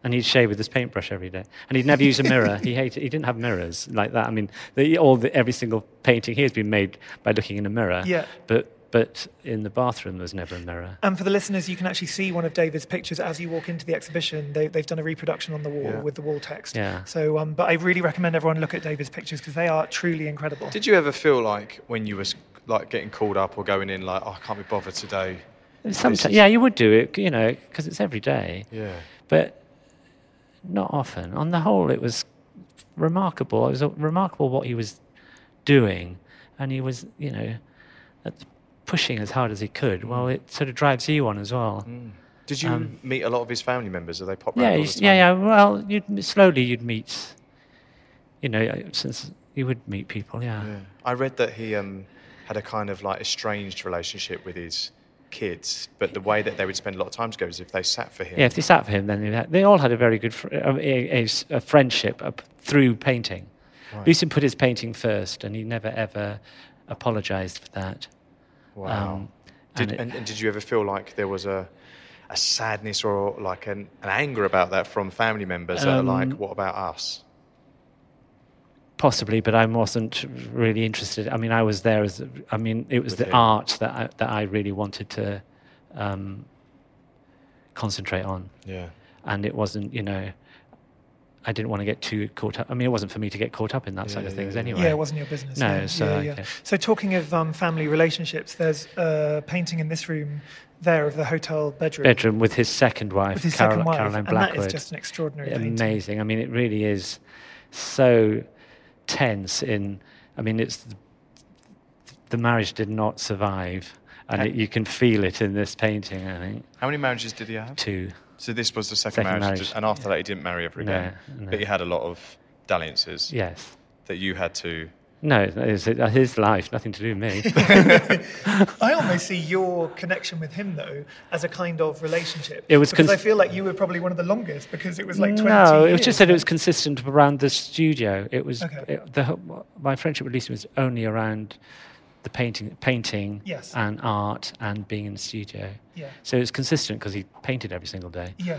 C: And he'd shave with his paintbrush every day, and he'd never use a mirror. He hated. He didn't have mirrors like that. I mean, the, all the, every single painting here has been made by looking in a mirror.
B: Yeah.
C: But but in the bathroom there was never a mirror.
B: And for the listeners, you can actually see one of David's pictures as you walk into the exhibition. They, they've done a reproduction on the wall with the wall text.
C: Yeah.
B: So, um, but I really recommend everyone look at David's pictures because they are truly incredible.
A: Did you ever feel like when you was like getting called up or going in, like, oh, I can't be bothered today?
C: Sometimes, yeah, you would do it, you know, because it's every day.
A: Yeah.
C: but not often. On the whole, it was remarkable. It was uh, remarkable what he was doing, and he was, you know, at- pushing as hard as he
A: Mm.
C: could. Well, it sort of drives you on as well.
A: Did you meet a lot of his family members? Are they pop
C: Um, Yeah, you,
A: round Mm. all the time?
C: yeah, yeah. Well, you'd slowly you'd meet, you know, uh, since you would meet people. Yeah,
A: Yeah. I read that he um, had a kind of like estranged relationship with his kids, but the way that they would spend a lot of time together is if they sat for him.
C: yeah. If they sat for him, then they, had, they all had a very good fr- uh, a, a s- a friendship up through painting. Lucien put his painting first, and he never ever apologized for that.
A: Wow.
C: Um,
A: did,
C: and it-
A: and, and did you ever feel like there was a, a sadness or like an, an anger about that from family members that are
C: Um,
A: like, what about us?
C: possibly, but I wasn't really interested. I mean, I was there as I mean, it was
A: With
C: the
A: him.
C: art that I, that I really wanted to um, concentrate on,
A: Yeah.
C: and it wasn't, you know. I didn't want to get too caught up. I mean, it wasn't for me to get caught up in that side of things anyway.
B: Yeah, it wasn't your business.
C: No,
B: yeah,
C: so,
B: yeah, yeah.
C: okay.
B: So talking of um, family relationships, there's a painting in this room there of the hotel bedroom,
C: Bedroom with his second wife,
B: with his
C: Carol-
B: second wife,
C: Caroline
B: and
C: Blackwood.
B: that is just an extraordinary painting.
C: amazing. I mean, it really is so tense. In I mean, it's the, the marriage did not survive, and it, you can feel it in this painting. I think
A: How many marriages did he have?
C: too.
A: So this was the second,
C: Second
A: marriage,
C: marriage.
A: and after that he didn't marry ever
C: No,
A: again.
C: no.
A: But he had a lot of dalliances
C: Yes.
A: that you had to.
C: No, it's his life, nothing to do with me.
B: I almost see your connection with him though as a kind of relationship.
C: It was
B: because
C: cons-
B: I feel like you were probably one of the longest because it was like twenty.
C: no, it was
B: years.
C: just that it was consistent around the studio. It was
B: Okay.
C: it, the whole- my friendship with Lisa was only around the painting, painting,
B: Yes.
C: and art, and being in the studio.
B: Yeah.
C: So it was consistent because he painted every single day.
B: Yeah.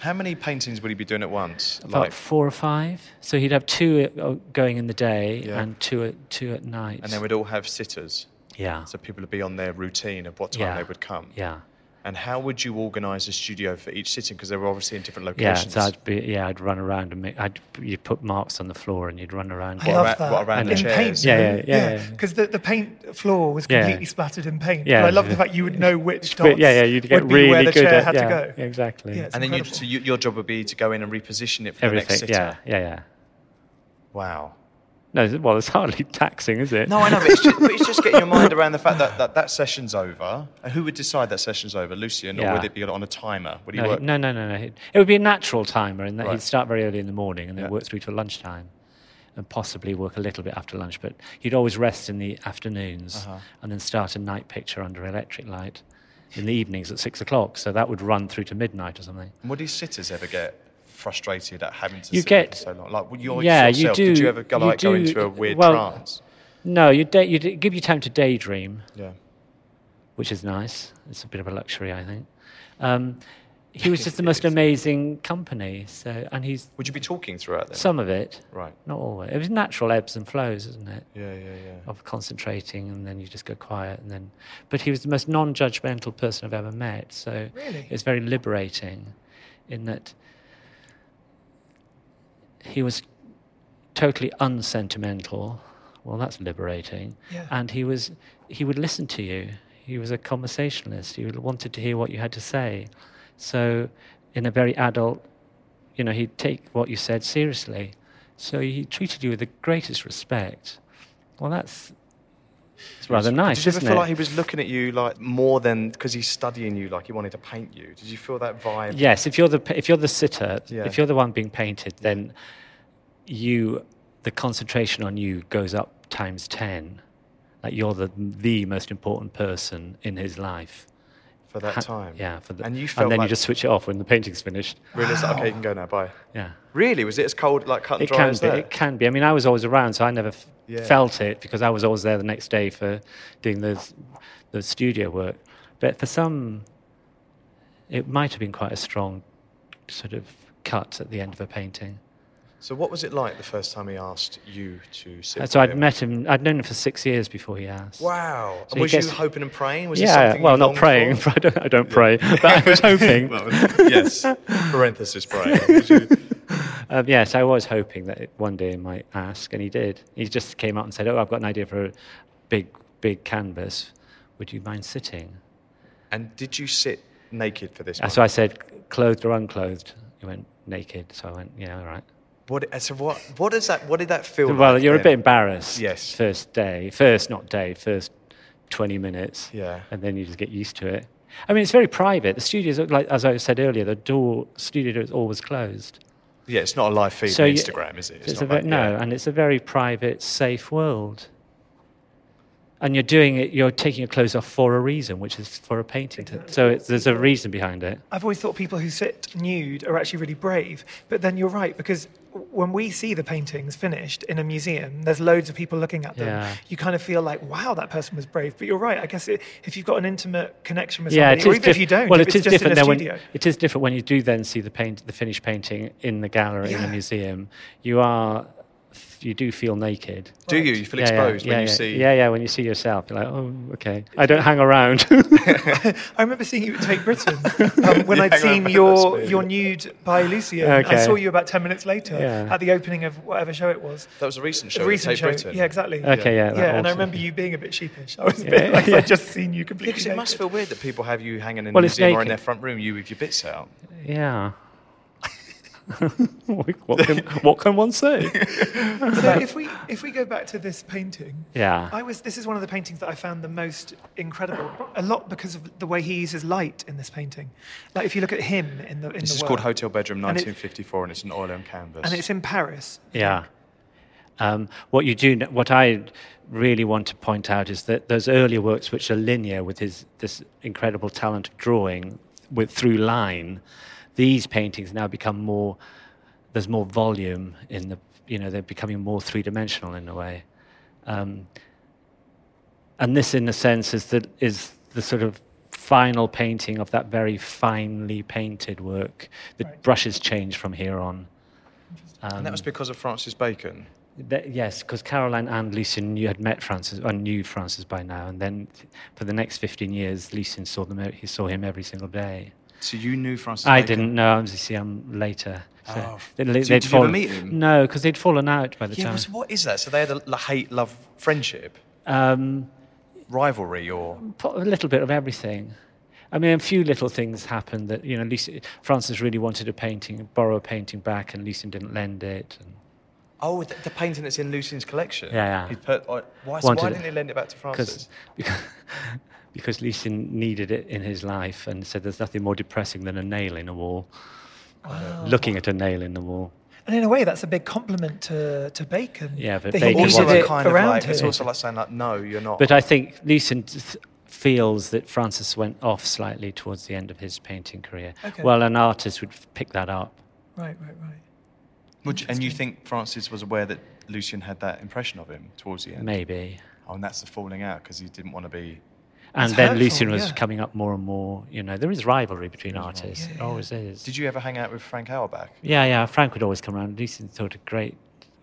A: How many paintings would he be doing at once?
C: About four or five. So he'd have two uh, going in the day
A: Yeah.
C: and two at two at night.
A: and they would all have sitters,
C: yeah,
A: so people would be on their routine of what time
C: Yeah.
A: they would come.
C: yeah,
A: And how would you organise a studio for each sitting? Because they were obviously in different
C: yeah.
A: locations.
C: So I'd be yeah, I'd run around and make, I'd you'd put marks on the floor and you'd run around.
B: I love
A: around-
B: that.
A: what around
C: the
B: in
A: chairs?
B: paint.
C: Yeah, yeah, yeah, yeah.
B: Because the, the paint floor was
C: Yeah.
B: completely splattered in paint.
C: Yeah.
B: But I love the fact you would know which dots
C: But yeah, yeah, you'd get
B: would be
C: really
B: where the
C: good
B: chair
C: at
B: had
C: yeah,
B: to go.
C: Exactly.
B: Yeah, it's
A: and then you,
B: incredible.
A: so you, your job would be to go in and reposition it for the next
C: Everything.
A: sitter.
C: Yeah, yeah, yeah.
A: Wow.
C: No, [laughs] th- well, it's hardly taxing, is it?
A: No, I know, but it's, just, but it's just getting your mind around the fact that that, that session's over. And who would decide that session's over, Lucian, or
C: Yeah.
A: would it be on a timer? Would he
C: No,
A: work?
C: no, no, no, no. It it would be a natural timer in that
A: Right.
C: he'd start very early in the morning and then
A: Yeah.
C: work through till lunchtime and possibly work a little bit after lunch. But he'd always rest in the afternoons
A: Uh-huh.
C: and then start a night picture under electric light in the evenings at six o'clock. So that would run through to midnight or something.
A: And Would his sitters ever get frustrated at having to
C: You
A: sit there
C: get-
A: for so long? Like, would your,
C: Yeah, you
A: yourself, did
C: do-
A: you ever go,
C: you
A: like, go
C: do-
A: into a weird
C: well-
A: trance?
C: No, you'd, da- you'd give you time to daydream,
A: Yeah.
C: which is nice. It's a bit of a luxury, I think. Um, he
A: [laughs]
C: was just the most amazing company. So, and he's
A: Would you be talking throughout then?
C: some of it,
A: right.
C: not all of it. It was natural ebbs and flows, isn't it?
A: Yeah, yeah, yeah.
C: of concentrating and then you just go quiet and then but he was the most non-judgmental person i've ever met so
B: Really?
C: it's very liberating in that he was totally unsentimental well that's liberating
B: Yeah.
C: and he was he would listen to you he was a conversationalist he wanted to hear what you had to say so in a very adult you know, he'd take what you said seriously. So he treated you with the greatest respect. Well, that's it's rather nice,
A: Did you ever
C: isn't
A: feel
C: it?
A: like he was looking at you like more than because he's studying you, like he wanted to paint you? Did you feel that vibe?
C: yes, if you're the pa- if you're the sitter,
A: Yeah.
C: if you're the one being painted, then you the concentration on you goes up times ten. Like you're the the most important person in his life.
A: for that
C: Ha-
A: time.
C: Yeah, for the,
A: and you felt
C: then
A: like,
C: you just switch it off when the painting's finished.
A: realised, okay, you can go now. Bye.
C: Yeah.
A: Really? Was it as cold, like cut and
C: It
A: dry
C: can
A: as
C: be.
A: that?
C: It can be. I mean, I was always around, so I never f-
A: Yeah.
C: felt it because I was always there the next day for doing those the studio work. But for some, it might have been quite a strong sort of cut at the end of a painting.
A: So, what was it like the first time he asked you to sit?
C: And so
A: with
C: I'd
A: him?
C: met him. I'd known him for six years before he asked.
A: Wow.
C: So
A: and
C: he
A: was you
C: gets-
A: hoping and praying? Was it
C: yeah.
A: something
C: Well,
A: you
C: not
A: longed
C: praying. [laughs]
A: for?
C: I don't, I
A: [laughs]
C: don't pray, but I was hoping. [laughs]
A: Well, yes. Parenthesis praying. Did you-
C: Um, yes, I was hoping that it, one day he might ask, and he did. He just came out and said, "Oh, I've got an idea for a big, big canvas. Would you mind sitting?"
A: And did you sit naked for this?
C: Uh,
A: one?
C: So I said, "Clothed or unclothed?" He went naked. So I went, "Yeah, all right."
A: What, so what? What does that? What did that feel?
C: Well,
A: like
C: you're a
A: then?
C: bit embarrassed.
A: Yes.
C: First day, first not day, first 20 minutes.
A: Yeah.
C: And then you just get used to it. I mean, it's very private. The studios, look like as I said earlier, the door studio door is always closed.
A: Yeah, it's not a live feed
C: So
A: on
C: you-
A: Instagram, is it?
C: It's a
A: not
C: ve-
A: like-
C: no,
A: yeah.
C: and it's a very private, safe world. And you're doing it. You're taking your clothes off for a reason, which is for a painting. To, so it's, there's a reason behind it.
B: I've always thought people who sit nude are actually really brave, but then you're right because when we see the paintings finished in a museum, there's loads of people looking at them.
C: Yeah.
B: You kind of feel like, wow, that person was brave. But you're right. I guess it, if you've got an intimate connection with
C: Yeah,
B: somebody,
C: it
B: or
C: is
B: even if
C: diff-
B: you don't,
C: Well,
B: if
C: it
B: it's
C: is
B: just in
C: different
B: a
C: then when
B: studio.
C: it is different when you do then see the paint, the finished painting in the gallery in a
B: Yeah.
C: museum. You are, you do feel naked.
A: Do you? You feel
C: Yeah, yeah,
A: exposed
C: yeah,
A: when you
C: yeah.
A: see.
C: Yeah, yeah. When you see yourself, you're like, oh, okay. I don't hang around. [laughs]
B: I remember seeing you at Take Britain um, when
A: Yeah,
B: I'd
A: I
B: seen
A: remember
B: your
A: this bit.
B: your nude by Lucia. I
C: Okay.
B: saw you about ten minutes later
C: Yeah.
B: at the opening of whatever show it was.
A: That was a recent show.
B: A
A: with
B: recent
A: Tate
B: show.
A: Britain.
B: Yeah, exactly.
C: okay, yeah.
B: Yeah,
C: that
B: and I
C: also-
B: remember you being a bit sheepish. I was a
C: Yeah,
B: bit
C: [laughs]
B: like,
C: yeah.
B: I'd just seen you completely.
A: Because it must
B: naked.
A: feel weird that people have you hanging in
C: Well,
A: the
C: it's
A: museum or in
C: naked.
A: their front room, you with your bits out.
C: [laughs] Yeah. what, can, what can one [laughs] say?
B: So if we if we go back to this painting,
C: Yeah.
B: I was. This is one of the paintings that I found the most incredible. A lot because of the way he uses light in this painting. Like if you look at him in the in
A: This
B: the
A: is
B: work,
A: called Hotel Bedroom
B: And it-
A: 1954, and it's an oil on canvas.
B: and it's in Paris.
C: Yeah. Um, what you do, what I really want to point out is that those earlier works, which are linear with his this incredible talent of drawing with through line, these paintings now become more. There's more volume in the, you know, they're becoming more three dimensional in a way, um, and this, in a sense, is the is the sort of final painting of that very finely painted work. The brushes change from here on.
A: and that was because of Francis Bacon.
C: Th yes, because Caroline and Lucien knew, had met Francis, or knew Francis by now, and then for the next fifteen years, Lucien saw them. e- He saw him every single day.
A: So you knew Francis.
C: I
A: Bacon.
C: didn't know. I'm- You see, I'm later. So
A: Oh,
C: they'd,
A: so
C: li-
A: did
C: they'd
A: you ever
C: fallen-
A: meet him?
C: No, because they'd fallen out by the
A: Yeah,
C: time.
A: but what is that? So they had a hate love friendship
C: Um,
A: rivalry, or
C: po- a little bit of everything. I mean, a few little things happened that you know. Lucien, Francis really wanted a painting, borrow a painting back, and Lucien didn't lend it. And,
A: oh, the, the painting that's in Lucien's collection.
C: Yeah, yeah.
A: He put, oh, why, so
C: Wanted
A: why
C: it.
A: didn't he lend it back to Francis?
C: because [laughs] because because Leeson needed it in his life and said there's nothing more depressing than a nail in a wall. Uh, Looking at a nail in the wall.
B: And in a way, that's a big compliment to, to Bacon.
C: Yeah, but
B: that he
C: Bacon
B: needed
C: wasn't
B: it
A: kind of
B: around
A: like,
B: him.
A: it's also like saying like, no, you're not.
C: But I think Leeson th- feels that Francis went off slightly towards the end of his painting career.
B: Okay.
C: Well, an artist would f- pick that up.
B: Right, right, right.
A: Would you- and you think Francis was aware that Lucien had that impression of him towards the end?
C: Maybe.
A: Oh, and that's the falling out because he didn't want to be.
C: And
B: It's
C: then
B: hurtful,
C: Lucien was
B: yeah.
C: coming up more and more. You know, there is rivalry between artists. It always is.
A: Did you ever hang out with Frank Auerbach?
C: Yeah, yeah. Frank would always come around. Lucien thought a great,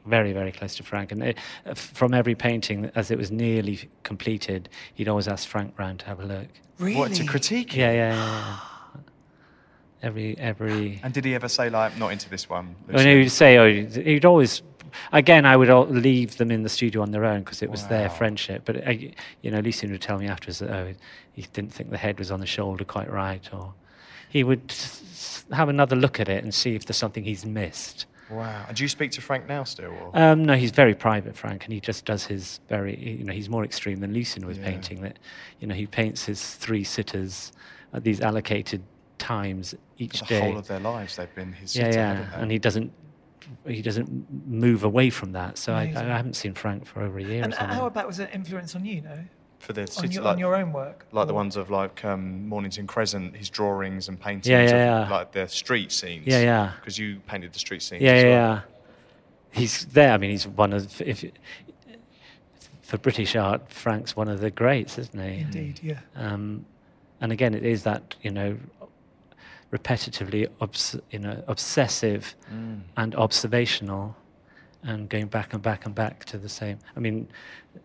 C: very, very close to Frank. And it, f- from every painting, as it was nearly completed, he'd always ask Frank round to have a look.
B: Really?
A: What to critique? him?
C: Yeah, yeah, yeah. yeah. every, every.
A: And did he ever say like, not into this one?
C: I mean, he'd say, oh, he'd he'd always. Again, I would al- leave them in the studio on their own because it was their
A: Wow.
C: friendship. But I, you know, Lucien would tell me afterwards that oh, he didn't think the head was on the shoulder quite right, or he would s- s- have another look at it and see if there's something he's missed.
A: Wow. And do you speak to Frank now still? Or?
C: Um, no, he's very private, Frank, and he just does his very, you know, he's more extreme than Lucien with
A: Yeah.
C: painting. That, you know, he paints his three sitters at these allocated times each
A: the
C: day.
A: whole of their lives, they've been his.
C: yeah,
A: sitter,
C: yeah,
A: haven't they?
C: and he doesn't, he doesn't move away from that. So I, I haven't seen Frank for over a year.
B: And
C: or something.
B: how about was an influence on you, no?
A: for the
B: On,
A: sitter,
B: your,
A: like,
B: on your own work?
A: like the
B: Or-
A: ones of like um, Mornington Crescent, his drawings and paintings
C: Yeah,
A: of
C: yeah, yeah.
A: like the street scenes.
C: Yeah, yeah.
A: Because you painted the street scenes.
C: yeah,
A: as
C: yeah,
A: well.
C: yeah. He's there. I mean, he's one of if for British art, Frank's one of the greats, isn't he?
B: Indeed, yeah.
C: Um, and again, it is that you know, repetitively, obs- you know, obsessive
A: Mm.
C: and observational, and going back and back and back to the same. I mean,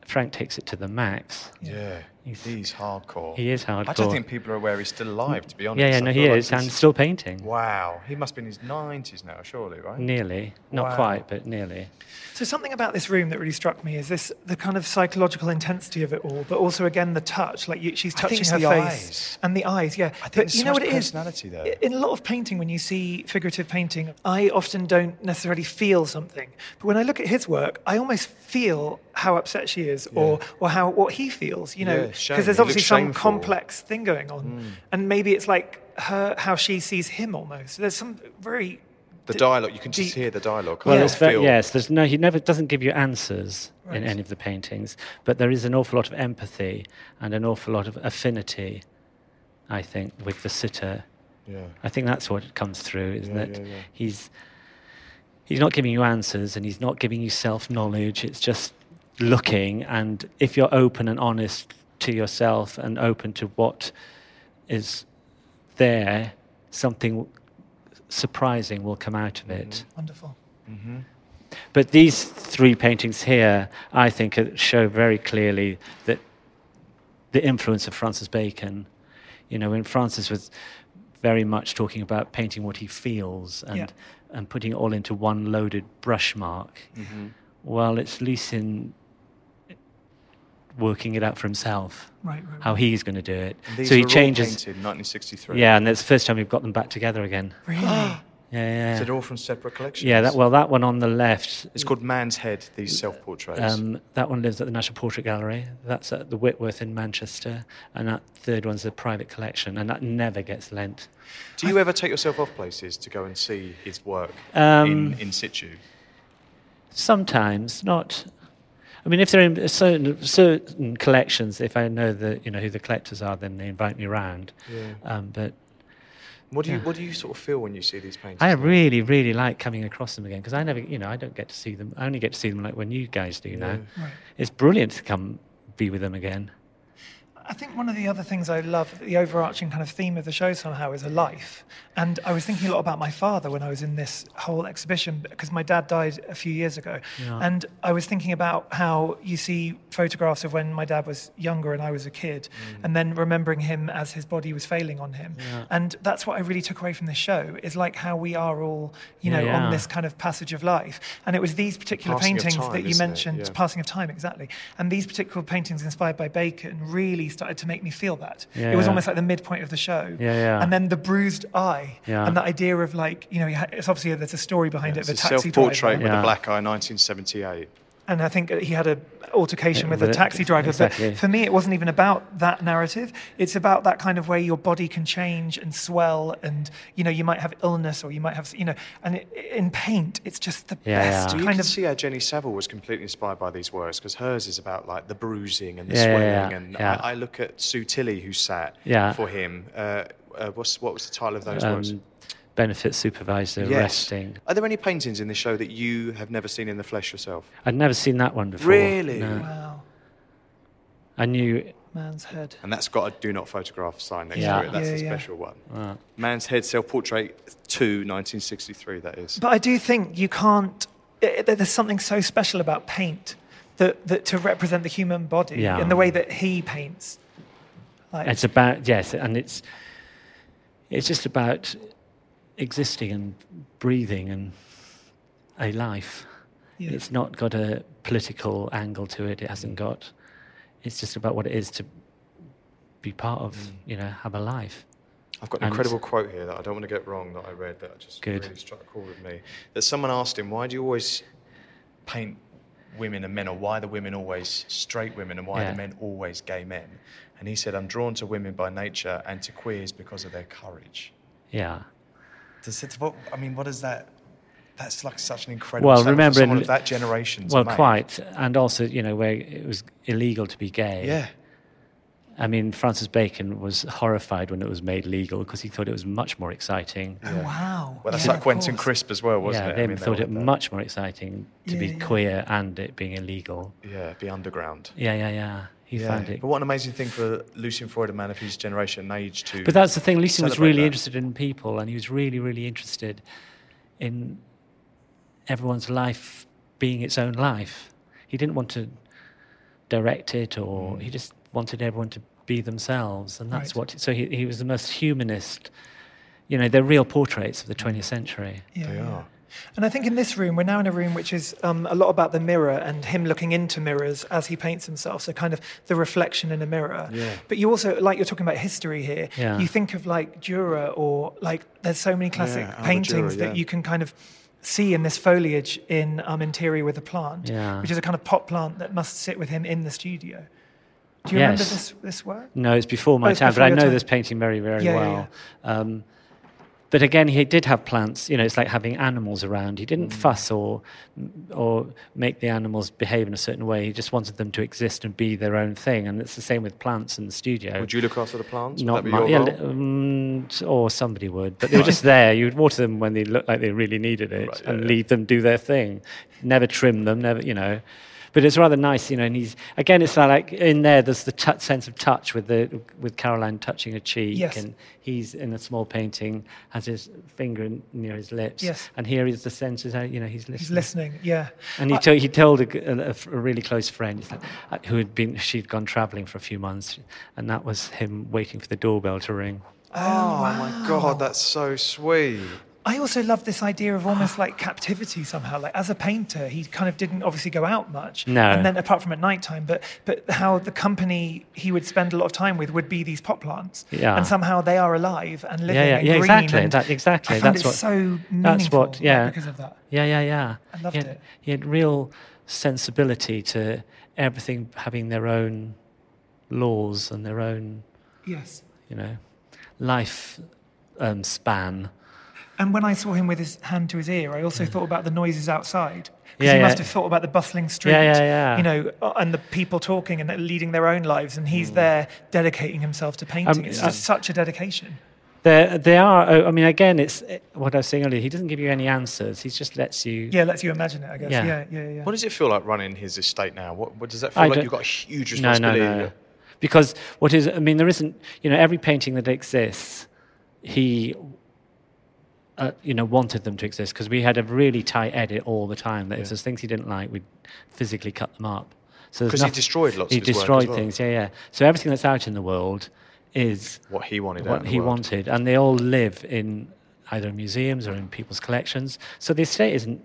C: Frank takes it to the max.
A: Yeah.
C: He's,
A: He's hardcore.
C: he is hardcore.
A: I don't think people are aware he's still alive, to be honest.
C: yeah, yeah,
A: I
C: no,
A: feel
C: he
A: like
C: is, and
A: he's-
C: still painting.
A: Wow, he must be in his 90s now, surely, right?
C: Nearly, not
A: Wow.
C: quite, but nearly.
B: So something about this room that really struck me is this the kind of psychological intensity of it all, but also again the touch. Like you, she's
A: I think
B: touching
A: it's
B: her
A: the
B: face
A: eyes.
B: and the eyes. Yeah,
A: think
B: but
A: there's
B: you
A: so
B: know
A: much
B: what it is.
A: personality there.
B: I- In a lot of painting, when you see figurative painting, I often don't necessarily feel something. But when I look at his work, I almost feel how upset she is, or or how what he feels. You know,
A: Yeah,
B: because
A: shame.
B: there's
A: He looks
B: obviously some
A: shameful. Mm.
B: complex thing going on, and maybe it's like her how she sees him almost. There's some very
A: The dialogue, you can just
B: deep.
A: hear the dialogue.
C: Well,
A: can't
C: it's
A: you
C: very,
A: feel?
C: yes. There's no. He never doesn't give you answers in any of the paintings, but there is an awful lot of empathy and an awful lot of affinity. I think with the sitter.
A: Yeah.
C: I think that's what comes through, isn't
A: Yeah,
C: it?
A: yeah, yeah.
C: He's he's not giving you answers and he's not giving you self knowledge. It's just looking, and if you're open and honest to yourself and open to what is there, something surprising will come out of it.
A: Mm-hmm.
B: wonderful.
C: But these three paintings here, I think, uh, show very clearly that the influence of Francis Bacon. You know, when Francis was very much talking about painting what he feels and
B: Yeah.
C: and putting it all into one loaded brush mark.
A: Mm-hmm.
C: Well, it's Lucien working it out for himself,
B: Right, right.
C: how he's going to do it.
A: And these
C: so he
A: were all
C: changes.
A: painted in 1963.
C: Yeah, and that's the first time we've got them back together again.
A: [gasps]
B: Really.
C: Yeah, yeah.
A: Is it all from separate collections?
C: yeah, that, well, that one on the left
A: It's called Man's Head, these self portraits.
C: Um, that one lives at the National Portrait Gallery. That's at the Whitworth in Manchester, and that third one's a private collection, and that never gets lent.
A: Do you ever take yourself off places to go and see his work
C: Um,
A: in, in situ?
C: Sometimes, not. I mean, if they're in certain certain collections, if I know the you know who the collectors are, then they invite me round. Um, but
A: What do you What do you sort of feel when you see these paintings?
C: I
A: now?
C: really, really like coming across them again because I never, you know, I don't get to see them. I only get to see them like when you guys do now. It's brilliant to come be with them again.
B: I think one of the other things I love, the overarching kind of theme of the show somehow is a life. And I was thinking a lot about my father when I was in this whole exhibition because my dad died a few years ago. And I was thinking about how you see photographs of when my dad was younger and I was a kid,
A: Mm.
B: and then remembering him as his body was failing on him. And that's what I really took away from the show is like how we are all, you know,
C: Yeah.
B: on this kind of passage of life. And it was these particular
A: Passing of
B: paintings
A: time,
B: that you
A: isn't it?
B: mentioned,
A: Yeah.
B: passing of time exactly and these particular paintings inspired by bacon really started to make me feel that
C: Yeah,
B: it was
C: yeah.
B: almost like the midpoint of the show
C: Yeah, yeah.
B: and then the bruised eye
C: Yeah.
B: and the idea of like you know you ha- it's obviously there's a story behind it
A: It's
B: of a
A: a
B: taxi
A: self portrait
B: driver
A: with
C: Yeah.
A: a black eye, 1978.
B: and i think he had a altercation
C: Yeah,
B: with
C: with
B: a
C: it.
B: taxi driver
C: Exactly.
B: but for me it wasn't even about that narrative it's about that kind of way your body can change and swell and you know you might have illness or you might have you know and it, in paint it's just the
C: Yeah,
B: best
C: yeah.
A: You
B: kind
A: can
B: of
A: see how Jenny Savile was completely inspired by these works because hers is about like the bruising and the
C: Yeah, yeah,
A: swelling.
C: yeah,
A: And
C: yeah.
A: I, I look at Sue Tilley, who sat
C: Yeah.
A: for him. Uh, uh, what's, what was the title of those works?
C: Um, benefit supervisor
A: Yes.
C: resting.
A: Are there any paintings in this show that you have never seen in the flesh yourself?
C: I'd never seen that one before.
A: Really?
C: No.
B: wow
C: I knew.
B: man's head
A: And that's got a do not photograph sign next
C: Yeah.
A: to it. That's
B: Yeah,
A: a
B: yeah.
A: special one. Man's Head Self Portrait 2, 1963, that is.
B: But I do think you can't. It, it- there's something so special about paint that, that to represent the human body
C: Yeah.
B: in the way that he paints. Like,
C: It's about yes, and it's it's just about existing and breathing and a life.
B: yeah.
C: It's not got a political angle to it. It hasn't got. It's just about what it is to be part of. You know, have a life.
A: I've got an
C: And-
A: incredible quote here that I don't want to get wrong that I read that just
C: Good.
A: really struck a chord with me. That someone asked him, Why do you always paint women and men, or why are the women always straight women, and why are
C: Yeah.
A: the men always gay men? And he said, I'm drawn to women by nature and to queers because of their courage.
C: Yeah.
A: Does it, what, I mean, what is that? That's like such an incredible
C: Well,
A: statement for
C: remember in-
A: someone of that generation. to
C: Well,
A: make.
C: quite, and also you know where it was illegal to be gay.
A: Yeah.
C: I mean, Francis Bacon was horrified when it was made legal because he thought it was much more exciting
A: Oh,
B: oh, wow.
A: Well, that's
B: Yeah,
A: like
B: of
A: Quentin
B: course.
A: Crisp as well, wasn't
C: yeah,
A: it?
C: they
A: I mean, they
C: thought it
A: wanted that.
C: much more exciting to be
B: Yeah, yeah.
C: queer and it being illegal.
A: Yeah, be underground.
C: Yeah, yeah, yeah. He found it.
A: But what an amazing thing for Lucian Freud, a man of his generation and age, to.
C: But that's the thing. Lucien was
A: celebrate
C: really
A: that.
C: interested in people, and he was really, really interested in everyone's
A: Mm.
C: life being its own life. He didn't want to direct it, or he just wanted everyone to be themselves, and that's what. So he, he was the most humanist. You know, they're real portraits of the 20th century.
B: Yeah, they are. And I think in this room, we're now in a room which is um, a lot about the mirror and him looking into mirrors as he paints himself. So, kind of the reflection in a mirror. But you also, like you're talking about history here,
C: Yeah.
B: you think of like Dürer or like there's so many classic
D: Albert
B: paintings
D: Dürer,
B: that
D: yeah.
B: you can kind of see in this foliage in um, Interior with a Plant,
C: Yeah.
B: which is a kind of pot plant that must sit with him in the studio. Do you remember
C: Yes.
B: this, this work?
C: No, it's before my
B: Oh, it's
C: time,
B: before
C: but I
B: your
C: know
B: time.
C: this painting very, very
B: Yeah, yeah,
C: well. Um, but again, he did have plants. You know, it's like having animals around. He
B: Mm.
C: didn't fuss or or make the animals behave in a certain way. He just wanted them to exist and be their own thing. And it's the same with plants in the studio.
D: Would you look after the plants? Would
C: Not
D: that be
C: mu-
D: your
C: yeah,
D: role?
C: li- um, s- or somebody would, but they were just there. You'd water them when they looked like they really needed it, and leave them do their thing. Never trim them, never, you know. But it's rather nice, you know. And he's again, it's like in there. There's the tou- sense of touch with the with Caroline touching her cheek,
B: Yes.
C: and he's in a small painting has his finger in, near his lips.
B: Yes.
C: And here is the sense of how, you know he's listening.
B: He's listening, yeah.
C: And he, told he told a, g- a- a f- a really close friend he's like, uh, who had been, she'd gone traveling for a few months, and that was him waiting for the doorbell to ring.
D: Oh my God, that's so sweet.
B: I also love this idea of almost
C: Ah.
B: like captivity somehow. Like as a painter, he kind of didn't obviously go out much.
C: No.
B: And then apart from at night time, but but how the company he would spend a lot of time with would be these pot plants.
C: Yeah.
B: And somehow they are alive and living
C: yeah,
B: and
C: yeah,
B: green.
C: exactly,
B: and
C: that- exactly,
B: I found
C: that's
B: it
C: what-
B: so meaningful.
C: That's what,
B: like,
C: yeah.
B: Because of that.
C: Yeah, yeah, yeah.
B: I loved
C: he had,
B: it.
C: He had real sensibility to everything having their own laws and their own,
B: Yes.
C: you know, life um, span.
B: And when I saw him with his hand to his ear, I also thought about the noises outside. Because
C: Hmm. Yeah,
B: he
C: yeah.
B: must have thought about the bustling street,
C: yeah, yeah.
B: you know, uh, and the people talking and leading their own lives, and he's there dedicating himself to painting. it's
C: Hmm. uh,
B: just such a dedication.
C: There, there are. oh, I mean, again, it's eh, what I was saying earlier. He doesn't give you any answers. He just lets you.
B: Yeah, lets you imagine it, I guess.
C: Yeah.
B: Yeah, yeah, yeah.
A: What does it feel like running his estate now? What, what does that feel
C: I
A: like?
C: don't-
A: You've got a huge
C: No, no,
A: responsibility.
C: no. Because what is, I mean, there isn't, you know, every painting that exists, he, uh, you know, wanted them to exist because we had a really tight edit all the time. That if there's things he didn't like, we'd physically cut them up. So there's
A: 'Cause he
C: noth-
A: destroyed lots
C: He
A: of his work as
C: destroyed
A: well.
C: things. Yeah, yeah. So everything that's out in the world is
A: What he wanted. out
C: what
A: in the
C: he
A: world.
C: wanted, and they all live in either museums or in people's collections. So the estate isn't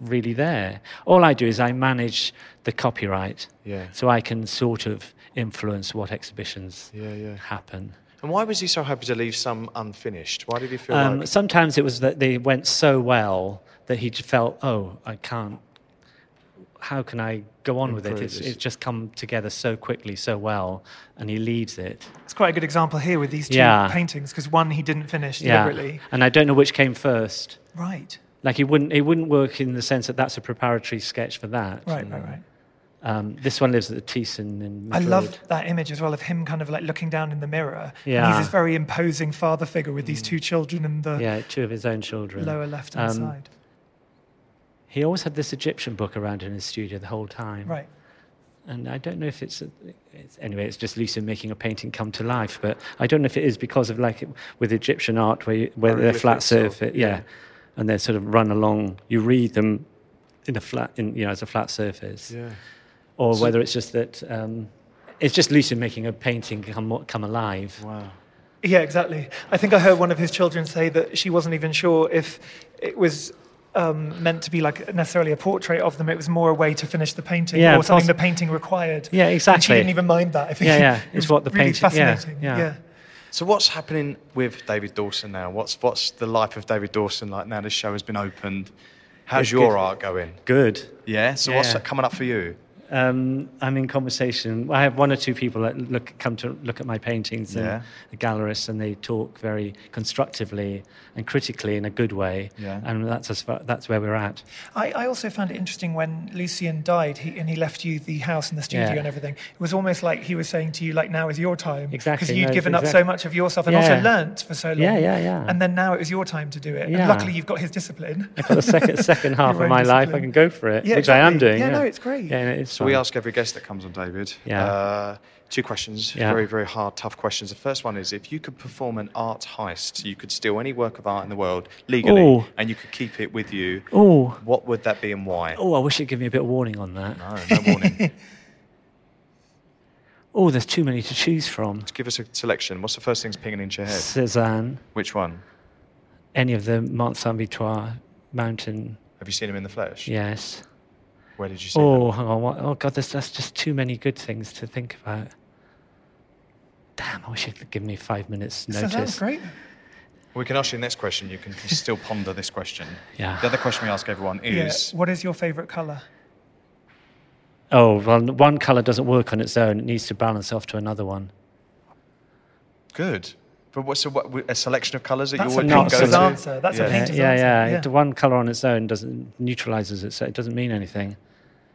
C: really there. All I do is I manage the copyright,
A: Yeah.
C: so I can sort of influence what exhibitions
A: Yeah, yeah.
C: happen.
A: And why was he so happy to leave some unfinished? Why did he feel
C: Um,
A: like?
C: Sometimes it was that they went so well that he j- felt, oh, I can't. How can I go on with it?
A: Improve
C: It's,
A: this.
C: it's just come together so quickly, so well, and he leaves it.
B: It's quite a good example here with these two
C: Yeah.
B: paintings because one he didn't finish deliberately.
C: And I don't know which came first.
B: Right,
C: Like it wouldn't it wouldn't work in the sense that that's a preparatory sketch for that.
B: right, right, right.
C: Um, this one lives at the Thyssen in
B: I
C: Madrid.
B: loved that image as well of him kind of like looking down in the mirror. And
C: Yeah. Hmm.
B: he's this very imposing father figure with these two children in the
C: yeah, two of his own children.
B: lower left hand
C: Um,
B: side.
C: He always had this Egyptian book around in his studio the whole time.
B: Right.
C: And I don't know if it's, it's anyway. It's just Lisa making a painting come to life, but I don't know if it is because of like with Egyptian art where you, where they're flat
A: Hieroglyphics or-
C: surface, yeah, and they sort of run along. You read them in a flat, in, you know, as a flat surface.
A: yeah.
C: or whether it's just that um, it's just Lucian making a painting come come alive.
A: Wow.
B: Yeah, exactly. I think I heard one of his children say that she wasn't even sure if it was um, meant to be like necessarily a portrait of them. It was more a way to finish the painting
C: Yeah,
B: or something
C: possi-
B: the painting required.
C: Yeah,
B: And she
C: exactly.
B: didn't even mind that. I think
C: Yeah, yeah,
B: [laughs] It
C: it's
B: was
C: what the
B: really
C: painting- yeah,
B: Fascinating.
C: yeah.
A: So what's happening with David Dawson now? What's what's the life of David Dawson like now? The show has been opened. How's
C: It's
A: your
C: good.
A: art going?
C: Good.
A: Yeah. So what's
C: Yeah.
A: coming up for you?
C: Um, I'm in conversation. I have one or two people that look come to look at my paintings and
A: Yeah.
C: the gallerists, and they talk very constructively and critically in a good way.
A: Yeah.
C: And that's as far, that's where we're at.
B: I, I also found it interesting when Lucien died he, and he left you the house and the studio
C: Yeah.
B: and everything. It was almost like he was saying to you, like, now is your time.
C: Exactly,
B: Because you'd
C: no,
B: given
C: exact-
B: up so much of yourself and also
C: Yeah.
B: learnt for so long.
C: Yeah, yeah, yeah.
B: And then now it was your time to do it.
C: Yeah.
B: And luckily you've got his discipline.
C: For the second [laughs] second half
B: own
C: of my life, I
B: discipline.
C: can go for it,
B: Yeah,
C: which I am
B: exactly.
C: doing.
B: Yeah, no, it's great.
C: Yeah, it's
A: So we
C: fun.
A: ask every guest that comes on, David.
C: Yeah.
A: Uh, two questions,
C: Yeah.
A: very, very hard, tough questions. The first one is if you could perform an art heist, you could steal any work of art in the world legally
C: Ooh.
A: and you could keep it with you,
C: Ooh.
A: what would that be and why?
C: Oh, I wish you'd give me a bit of warning on that.
A: No, no warning.
C: oh, there's too many to choose from.
A: Give us a selection. What's the first thing's pinging into your head?
C: Cezanne,
A: Which one?
C: any of the Mont Saint Victoire mountain,
A: Have you seen him in the flesh?
C: yes.
A: Where did you see him?
C: Oh, hang on. What? Oh, God, there's, that's just too many good things to think about. Damn, I wish you'd given me five minutes
B: [laughs] So that's
C: notice.
B: great.
A: We can ask you the next question. You can still ponder this question.
C: Yeah.
A: The other question we ask everyone
B: Yeah.
A: is
B: What is your favorite color?
C: Oh, well, one colour doesn't work on its own. It needs to balance off to another one.
A: good. But what's a, what, a selection of colours that
B: That's
A: you
B: a
A: always
C: not
A: go
B: painter's
A: to?
B: answer. That's
A: Yeah.
B: a
C: Yeah,
B: painter's
C: yeah,
B: answer.
C: yeah. The one colour on its own doesn't neutralises itself. It doesn't mean anything.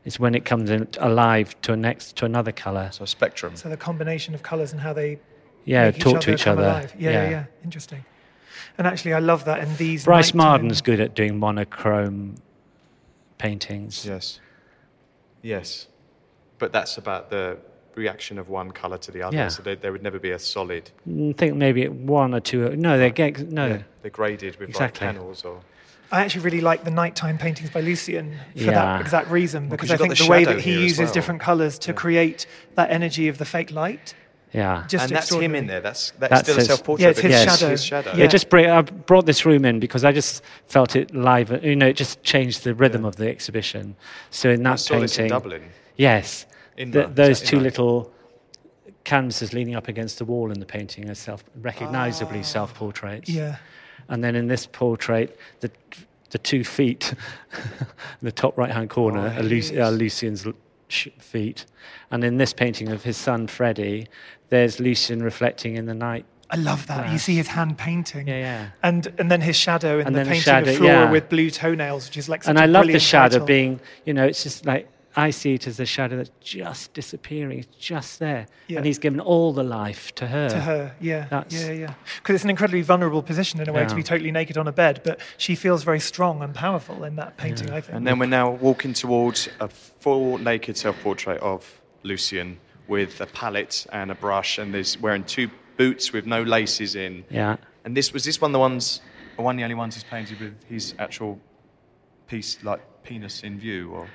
C: It's when it comes in alive to a next to another colour.
A: So a spectrum.
B: So the combination of colors and how they
C: Yeah,
B: make
C: talk to each
B: come
C: other.
B: alive. Yeah, yeah, yeah. Interesting. And actually, I love that in these.
C: Bryce
B: nighttime-
C: Marden's good at doing monochrome paintings.
A: Yes. Yes. But that's about the reaction of one colour to the other.
C: Yeah.
A: So there, there would never be a solid.
C: I Mm, think maybe one or two. No, they get no.
A: They're graded with
C: Exactly.
A: like panels or.
B: I actually really like the nighttime paintings by Lucian for
C: Yeah.
B: that exact reason because I
A: you've got
B: think
A: the
B: the, way
A: shadow
B: that he
A: here as
B: uses
A: well.
B: different colors to create that energy of the fake light.
C: Yeah.
B: Just
A: and that's him in
B: extraordinary.
A: there. That's that's,
C: That's
A: still
C: his-
A: a self-portrait.
B: Yeah, it's
A: but
B: his
A: it's
B: shadow.
A: His shadow.
C: Yeah, just bring, I brought this room in because I just felt it live. You know, it just changed the rhythm of the exhibition. So in that
A: I saw this in
C: painting,
A: Dublin.
C: yes,
A: Inman,
C: th-
A: is
C: those
A: that
C: two
A: Inman?
C: little canvases leaning up against the wall in the painting are self, recognizably
A: Ah.
C: self-portraits.
B: Yeah.
C: And then in this portrait, the the two feet, [laughs] in the top right-hand
A: Oh,
C: corner, are, Luc- are Lucian's l- sh- feet, and in this painting of his son Freddie, there's Lucian reflecting in the night.
B: I love that. You see his hand painting.
C: Yeah, yeah.
B: And and then his shadow in
C: And
B: the
C: then the
B: painting
C: shadow,
B: of Flora
C: yeah.
B: with blue toenails, which is like. Such
C: and
B: I
C: I love the shadow being, you know, it's just like I see it as a shadow that's just disappearing, it's just there,
B: Yeah.
C: and he's given all the life to her.
B: to her. Yeah,
C: That's-
B: yeah, yeah. Because it's an incredibly vulnerable position in a way to
C: Yeah.
B: be totally naked on a bed, but she feels very strong and powerful in that painting. I think.
A: And then we're now walking towards a full naked self-portrait of Lucian with a palette and a brush, and he's wearing two boots with no laces in.
C: Yeah,
A: And this was this one the ones one of the only ones he's painted with his actual piece like penis in view or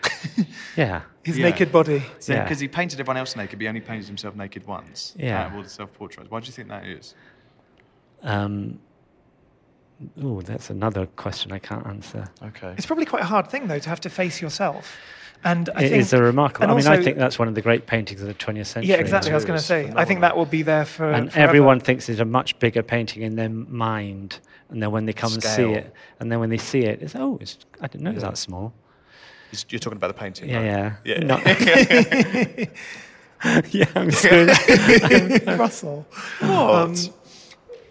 C: yeah,
B: his
A: yeah.
B: naked body.
C: Yeah.
A: because he painted everyone else naked, but he only painted himself naked once.
C: Yeah.
A: out of all the self-portraits. Why do you think that is?
C: Um, oh, that's another question I can't answer.
A: Okay.
B: It's probably quite a hard thing though to have to face yourself. And I
C: It
B: think
C: is a remarkable.
B: and
C: I mean, I
B: also-
C: think that's one of the great paintings of the 20th century.
B: Yeah, exactly. I was going to
A: It's
B: say. I
A: phenomenal.
B: think that will be there for.
C: and
B: forever.
C: everyone thinks it's a much bigger painting in their mind, and then when they come and
A: Scale.
C: see it, and then when they see it, it's oh, it's, I didn't know it was that small.
A: It's- You're talking about the painting.
C: Yeah,
A: right?
C: yeah,
A: Yeah.
C: Not- [laughs] yeah, I'm screwed.
B: [laughs] Russell.
C: um,
A: What?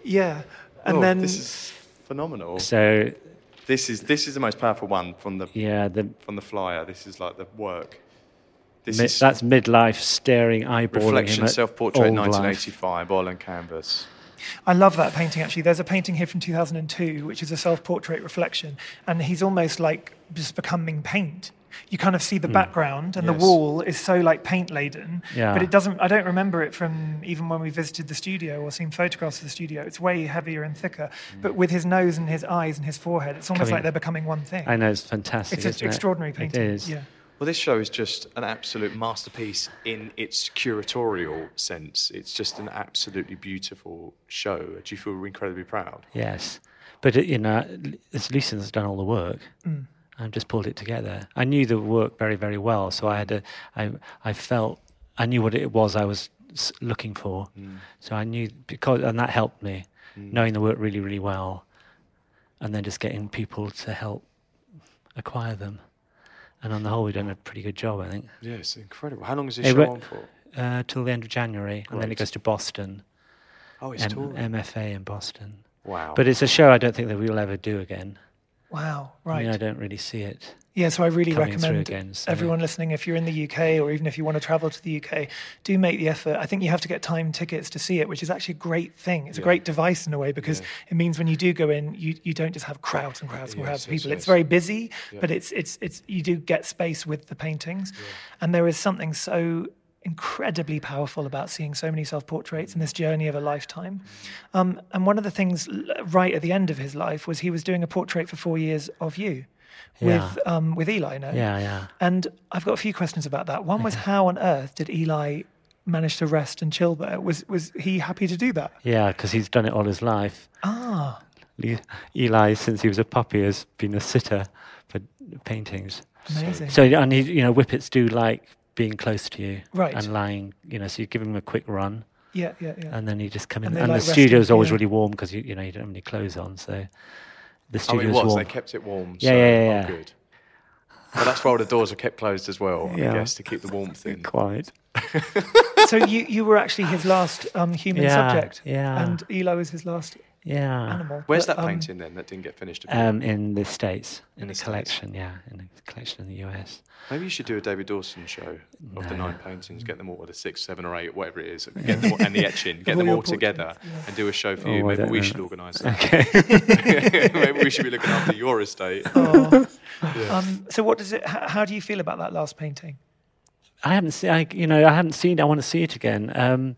B: Yeah, and
A: Oh,
B: then
A: this is phenomenal.
C: so
A: This is this is the most powerful one from the
C: yeah, the
A: from the flyer. This is like the work. This
C: Mi-
A: is
C: that's midlife staring, eyeballing him
A: reflection
C: at
A: self-portrait
C: old life.
A: 1985, oil and canvas.
B: I love that painting actually. There's a painting here from 2002, which is a self portrait reflection, and he's almost like just becoming paint. You kind of see the background, and
A: Yes.
B: the wall is so like paint laden,
C: Hmm. Yeah.
B: but it doesn't. I don't remember it from even when we visited the studio or seen photographs of the studio. It's way heavier and thicker, but with his nose and his eyes and his forehead, it's almost
C: Hmm. Coming-
B: like they're becoming one thing.
C: I know it's fantastic.
B: It's an
C: isn't it?
B: extraordinary painting.
C: It is.
B: Yeah.
A: Well, this show is just an absolute masterpiece in its curatorial sense. It's just an absolutely beautiful show. Do you feel incredibly proud?
C: Yes, but it, you know, it's Lucian that's done all the work.
B: Mm.
C: I've just pulled it together. I knew the work very, very well, so I had a, I, I felt, I knew what it was I was s- looking for.
A: Mm.
C: So I knew because, and that helped me, knowing the work really, really well, and then just getting people to help acquire them. And on the whole, we've done a pretty good job, I think.
A: Yeah, it's incredible. How long is this
C: Hey,
A: show
C: but-
A: on for?
C: uh, till the end of January, and then it
A: Great.
C: goes to Boston,
A: Oh, it's
C: M-
A: touring.
C: MFA in Boston.
A: wow.
C: But it's a show I don't think that we'll ever do again.
B: Wow.
C: I
B: Right.
C: mean, I don't really see it.
B: Yeah, so I really
C: coming through
B: recommend
C: again, so-
B: everyone listening, if you're in the UK or even if you want to travel to the UK, do make the effort. I think you have to get time tickets to see it, which is actually a great thing. It's a great device in a way because it means when you do go in, you, you don't just have crowds and crowds and crowds of people. It's very busy, but it's it's it's you do get space with the paintings, and there is something so incredibly powerful about seeing so many self-portraits in this journey of a lifetime.
C: Mm-hmm.
B: Um, and one of the things l- right at the end of his life was he was doing a portrait for four years of you with um, with Eli. No,
C: Yeah, yeah.
B: And I've got a few questions about that. One was how on earth did Eli managed to rest and chill there. Was was he happy to do that?
C: Yeah, because he's done it all his life.
B: Ah,
C: Le- Eli, since he was a puppy, has been a sitter for paintings.
B: amazing.
C: So, and he, you know, whippets do like being close to you
B: Right.
C: and lying, you know, so you give him a quick run
B: yeah, yeah, yeah.
C: and then you just come in.
B: And they
C: And,
B: like
C: the
B: resting,
C: studio's always
B: yeah.
C: really warm because, you, you know, you don't have any clothes on. So the
D: Oh, it
C: studio's
D: was.
C: warm.
D: They kept it warm.
C: Yeah,
D: so
C: yeah, yeah,
D: all
C: yeah.
D: good. Well, that's why all the doors were kept closed as well,
C: Yeah.
D: I guess, to keep the warmth in.
C: Quiet.
B: so you you were actually
C: [laughs]
B: his last um, human
C: Yeah,
B: subject.
C: yeah.
B: And Eli was his last
C: Yeah.
B: animal.
D: Where's
B: But,
D: that
B: um,
D: painting then that didn't get finished?
C: Um, in the States, in, the,
D: the States.
C: collection, yeah, in the collection in the US.
D: Maybe you should do a David Dawson show of the nine paintings, get them all, or the six, seven, or eight, whatever it
C: [laughs]
D: is, get them all, and the etching, get them
B: all
D: all
B: your
D: together and do a show for
C: Oh,
D: you.
C: I
D: Maybe
C: don't
D: we
C: know.
D: should organise that. [laughs]
C: [laughs]
D: Maybe we should be looking after your estate.
B: Oh. um, so what does it? How, how do you feel about that last painting?
C: I haven't seen, I, you know, I haven't seen. I want to see it again. Um,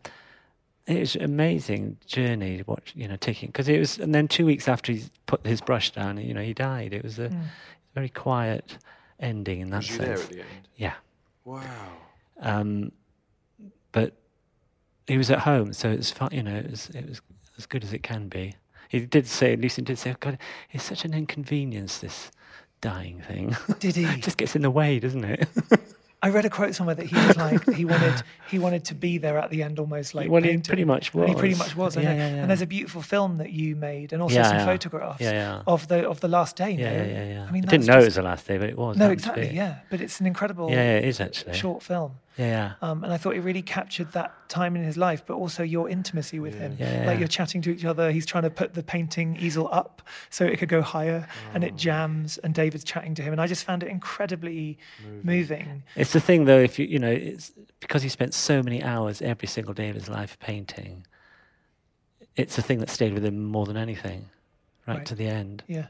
C: it was an amazing journey. Watch, you know, taking because it was, and then two weeks after he put his brush down, you know, he died. It was a very quiet ending in that
D: Was you there
C: sense.
D: at the end?
C: Yeah,
D: Wow.
C: um, but he was at home, so it's fine. You know, it was, it was as good as it can be. He did say, Lucian did say, oh God, it's such an inconvenience this dying thing. [laughs]
B: Did he?
C: it just gets in the way, doesn't it?
B: I read a quote somewhere that he was like he wanted he wanted to be there at the end, almost like
C: Well, he
B: painting.
C: pretty much
B: And he pretty
C: was.
B: much was. I
C: Yeah,
B: know.
C: yeah, yeah.
B: And there's a beautiful film that you made, and also
C: Yeah,
B: some
C: yeah.
B: photographs
C: Yeah, yeah.
B: of the of the last day.
C: Yeah,
B: no?
C: yeah, yeah. yeah.
B: I mean,
C: didn't
B: that's
C: know it
B: just-
C: was the last day, but it was.
B: no,
C: happened to
B: exactly.
C: be.
B: Yeah, but it's an incredible
C: Yeah, yeah, it is actually.
B: short film.
C: Yeah, yeah.
B: Um, and I thought it really captured that time in his life, but also your intimacy with him.
C: Yeah,
B: Like
C: yeah.
B: you're chatting to each other. He's trying to put the painting easel up so it could go higher, and
C: Oh.
B: it jams. And David's chatting to him, and I just found it incredibly moving.
C: It's the thing though, if you you know, it's because he spent so many hours every single day of his life painting. It's the thing that stayed with him more than anything, right,
B: Right.
C: to the end.
B: Yeah,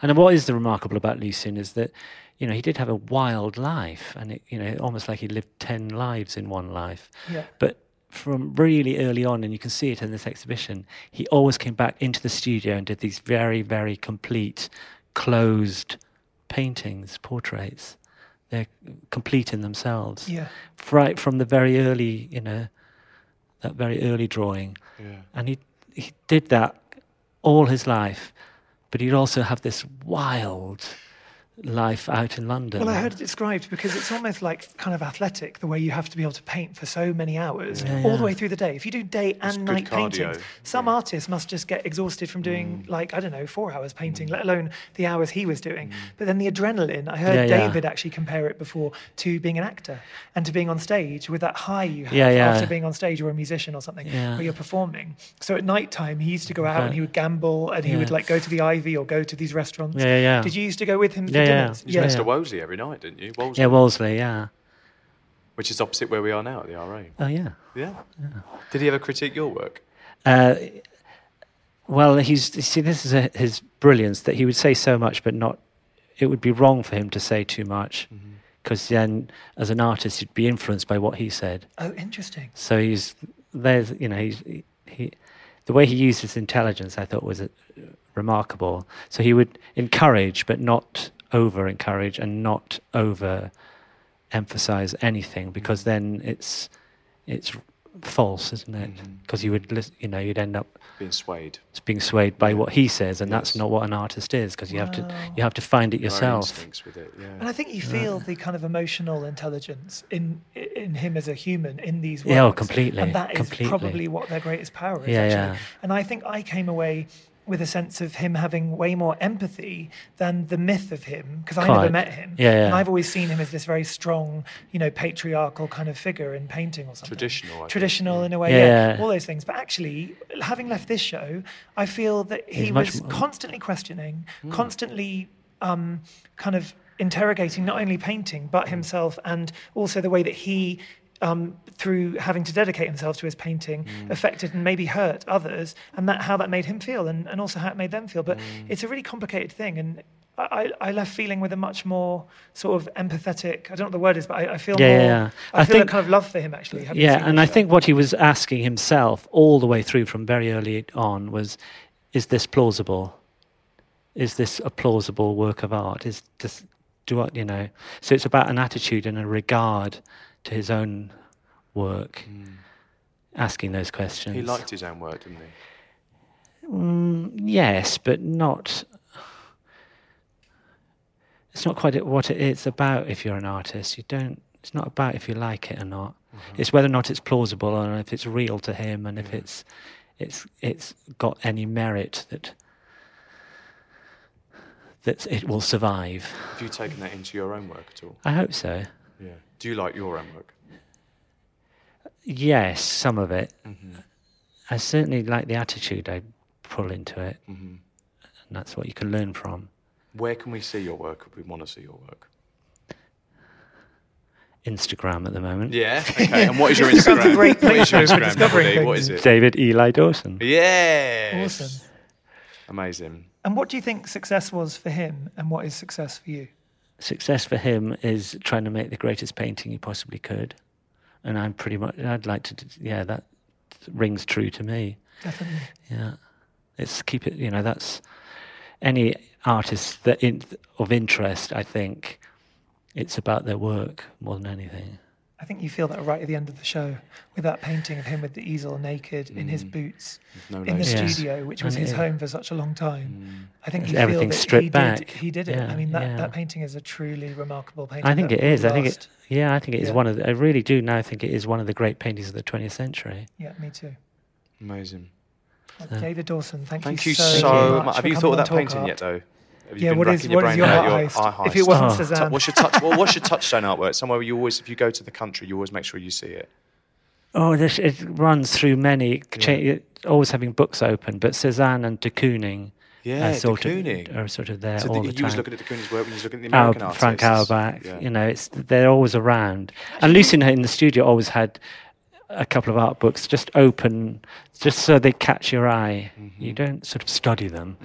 C: And what is remarkable about Lucien is that, you know, he did have a wild life, and it, you know, almost like he lived ten lives in one life.
B: yeah.
C: But from really early on, and you can see it in this exhibition, he always came back into the studio and did these very, very complete, closed paintings, portraits. They're complete in themselves.
B: Yeah.
C: Right from the very early, you know, that very early drawing. And he, he did that all his life, but he'd also have this wild life out in London.
B: Well, I heard it described because it's almost like kind of athletic the way you have to be able to paint for so many hours all the way through the day. If you do day and
D: good
B: night
D: cardio,
B: paintings, some artists must just get exhausted from
C: Mm.
B: doing like I don't know four hours painting, let alone the hours he was doing. But then the adrenaline. I heard
C: Mm. Yeah, yeah.
B: David actually compare it before to being an actor and to being on stage with that high you have
C: Yeah, yeah.
B: after being on stage or a musician or something
C: Yeah.
B: where you're performing. So at night time, he used to go out and he would gamble and he would
C: Yeah.
B: like go to the Ivy or go to these restaurants.
C: Yeah, yeah, yeah.
B: Did you used to go with him? For
C: Yeah, yeah.
B: dinners?
C: Yeah,
D: Mr. Wolsey every night, didn't you? Wolsey,
C: Yeah, Wolseley, yeah.
D: which is opposite where we are now at the RA.
C: Oh, yeah.
D: Yeah. Did he ever critique your work?
C: Uh, well, he's you see, this is a, his brilliance that he would say so much, but not. It would be wrong for him to say too much,
B: Mm-hmm.
C: because then, as an artist, you'd be influenced by what he said.
B: Oh, interesting.
C: So he's there's you know he's, he the way he used his intelligence, I thought was uh, remarkable. So he would encourage, but not over encourage, and not over emphasize anything, because then it's it's false, isn't it? Because you would lis- you know you'd end up
D: Being swayed.
C: it's being swayed by what he says, and that's
D: Yes.
C: not what an artist is because you have to
B: Wow.
C: you have to find it
D: Our
C: yourself.
D: instincts with it,
B: And
D: yeah.
B: I think you feel the kind of emotional intelligence in in him as a human in these works.
C: Yeah, oh, completely,
B: And that is
C: completely.
B: probably what their greatest power is.
C: Yeah,
B: actually.
C: yeah.
B: And I think I came away with a sense of him having way more empathy than the myth of him because I never
C: Quite.
B: met him.
C: Yeah, yeah.
B: And I've always seen him as this very strong, you know, patriarchal kind of figure in painting or something.
D: Traditional, I think,
B: Traditional in a way.
C: Yeah,
B: Yeah,
C: Mm. yeah.
B: All those things. But actually, having left this show, I feel that he
C: He's much
B: was
C: more- Hmm.
B: constantly questioning, constantly um, kind of interrogating not only painting but
C: Hmm.
B: himself, and also the way that he, um, through having to dedicate himself to his painting,
C: Hmm.
B: affected and maybe hurt others, and that how that made him feel, and, and also how it made them feel. But
C: Hmm.
B: it's a really complicated thing, and. I, I I left feeling with a much more sort of empathetic. I don't know what the word is, but I, I feel
C: Yeah,
B: more.
C: yeah, yeah.
B: I,
C: I
B: feel
C: think-
B: a kind of love for him actually. having seen
C: Yeah, and
B: the
C: I
B: show.
C: think what he was asking himself all the way through from very early on was, is this plausible? Is this a plausible work of art? Is this do I you know? So it's about an attitude and a regard to his own work,
B: Hmm.
C: asking those questions.
D: He liked his own work, didn't he?
C: Yes, but not. It's not quite what it- it's about. If you're an artist, you don't. It's not about if you like it or not. It's whether or not it's plausible, or if it's real to him, and if it's, it's, it's got any merit that. That it will survive.
D: Have you taken that into your own work at all?
C: I hope so.
D: Yeah. Do you like your own work?
C: Yes, some of it. I certainly like the attitude I pull into it, and that's what you can learn from.
D: Where can we see your work if we want to see your work?
C: Instagram at the moment.
D: [laughs] Yeah. Okay. And what is your Instagram?
B: great
D: What is your
B: place for
D: Instagram?
B: discovering
D: Melody? What is
B: things.
D: it?
C: David Eli Dawson.
D: Yeah.
B: Awesome.
D: Amazing.
B: And what do you think success was for him, and what is success for you?
C: Success for him is trying to make the greatest painting he possibly could, and I'm pretty much. I'd like to. d- Yeah, that rings true to me.
B: Definitely.
C: Yeah, it's keep it. You know, that's any artist that in, of interest. I think it's about their work more than anything.
B: I think you feel that right at the end of the show with that painting of him with the easel naked in his boots
D: Mm. No Mm.
B: in the
C: laces. Yes.
B: studio, which was
C: And
B: his
C: it-
B: home for such a long time. I think
C: It's
B: you feel
C: everything
B: that
C: stripped
B: he
C: back.
B: Did, he did it.
C: Yeah,
B: I mean, that,
C: yeah.
B: that painting is a truly remarkable painting.
C: I think
B: that
C: it is.
B: will
C: I think it.
B: last.
C: Yeah, I think it is
B: Yeah.
C: one of. The, I really do now think it is one of the great paintings of the 20th century.
B: Yeah, me too.
D: Amazing.
B: Well, David Dawson, thank,
D: Thank
B: you,
D: you so, much. Have
B: for
D: you thought
B: coming
D: of that
B: on Talk
D: painting
B: Art.
D: yet, though? Have you
B: Yeah,
D: been
B: what is,
D: racking your
B: what is
D: brain
B: your
D: about
B: art
D: your
B: heist?
D: eye
B: If it
D: heist?
B: wasn't
C: Oh.
B: Suzanne,
D: What's your touch? Well, what's your touchstone artwork? Somewhere you always, if you go to the country, you always make sure you see it.
C: Oh, this it runs through many. it cha- it- Always having books open, but Cezanne and de Kooning
D: Yeah,
C: are
D: de
C: sort
D: Kooning.
C: of are sort of there
D: So
C: all
D: the,
C: the,
D: you was
C: time.
D: looking at the Cooney's work when you was looking at the
C: Al-
D: American artists.
C: Frank Auerbach,
D: Yeah.
C: you know, it's they're always around. And Lucian in the studio always had a couple of art books just open, just so they catch your eye.
D: Mm-hmm.
C: You don't sort of study them,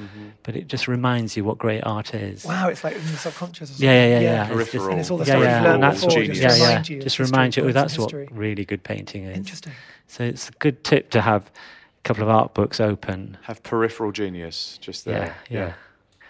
C: but it just reminds you what great art is.
B: wow, it's like in the subconscious. Or something.
C: Yeah, yeah, yeah, yeah. It's
D: Peripheral.
B: And it's all the
C: yeah,
B: stuff
C: yeah,
B: you've learned
C: and that's
B: before.
C: what-
B: Just
C: yeah,
B: remind
C: yeah.
B: you. of
C: Just
B: history,
C: remind you, oh,
B: books and
C: that's what
B: history.
C: really good painting is.
B: Interesting.
C: So it's a good tip to have a couple of art books open.
D: Have peripheral genius just
C: Yeah,
D: there.
C: yeah.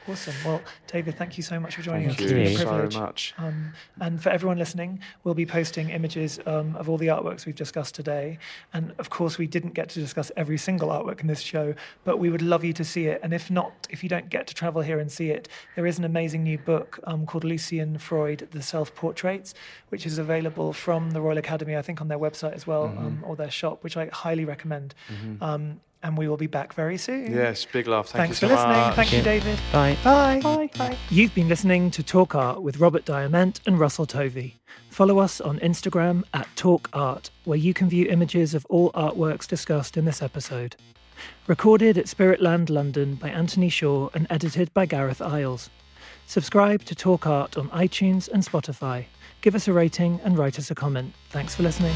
B: Awesome. Well, David, thank you so much for joining
D: Thank
B: us.
C: you
B: It's been a
C: so
B: privilege.
D: much.
B: Um, and for everyone listening, we'll be posting images um, of all the artworks we've discussed today. And of course, we didn't get to discuss every single artwork in this show, but we would love you to see it. And if not, if you don't get to travel here and see it, there is an amazing new book um, called Lucien Freud: The Self Portraits, which is available from the Royal Academy, I think, on their website as well, um, or their shop, which I highly recommend. Um, and we will be back very soon.
D: Yes, big love. Thank
B: Thanks
D: you
B: for
D: so
B: listening.
D: much.
B: Thank you, David.
C: Bye.
B: Bye. Bye. Bye. You've been listening to Talk Art with Robert Diamant and Russell Tovey. Follow us on Instagram at Talk Art, where you can view images of all artworks discussed in this episode. Recorded at Spiritland London by Anthony Shaw and edited by Gareth Isles. Subscribe to Talk Art on iTunes and Spotify. Give us a rating and write us a comment. Thanks for listening.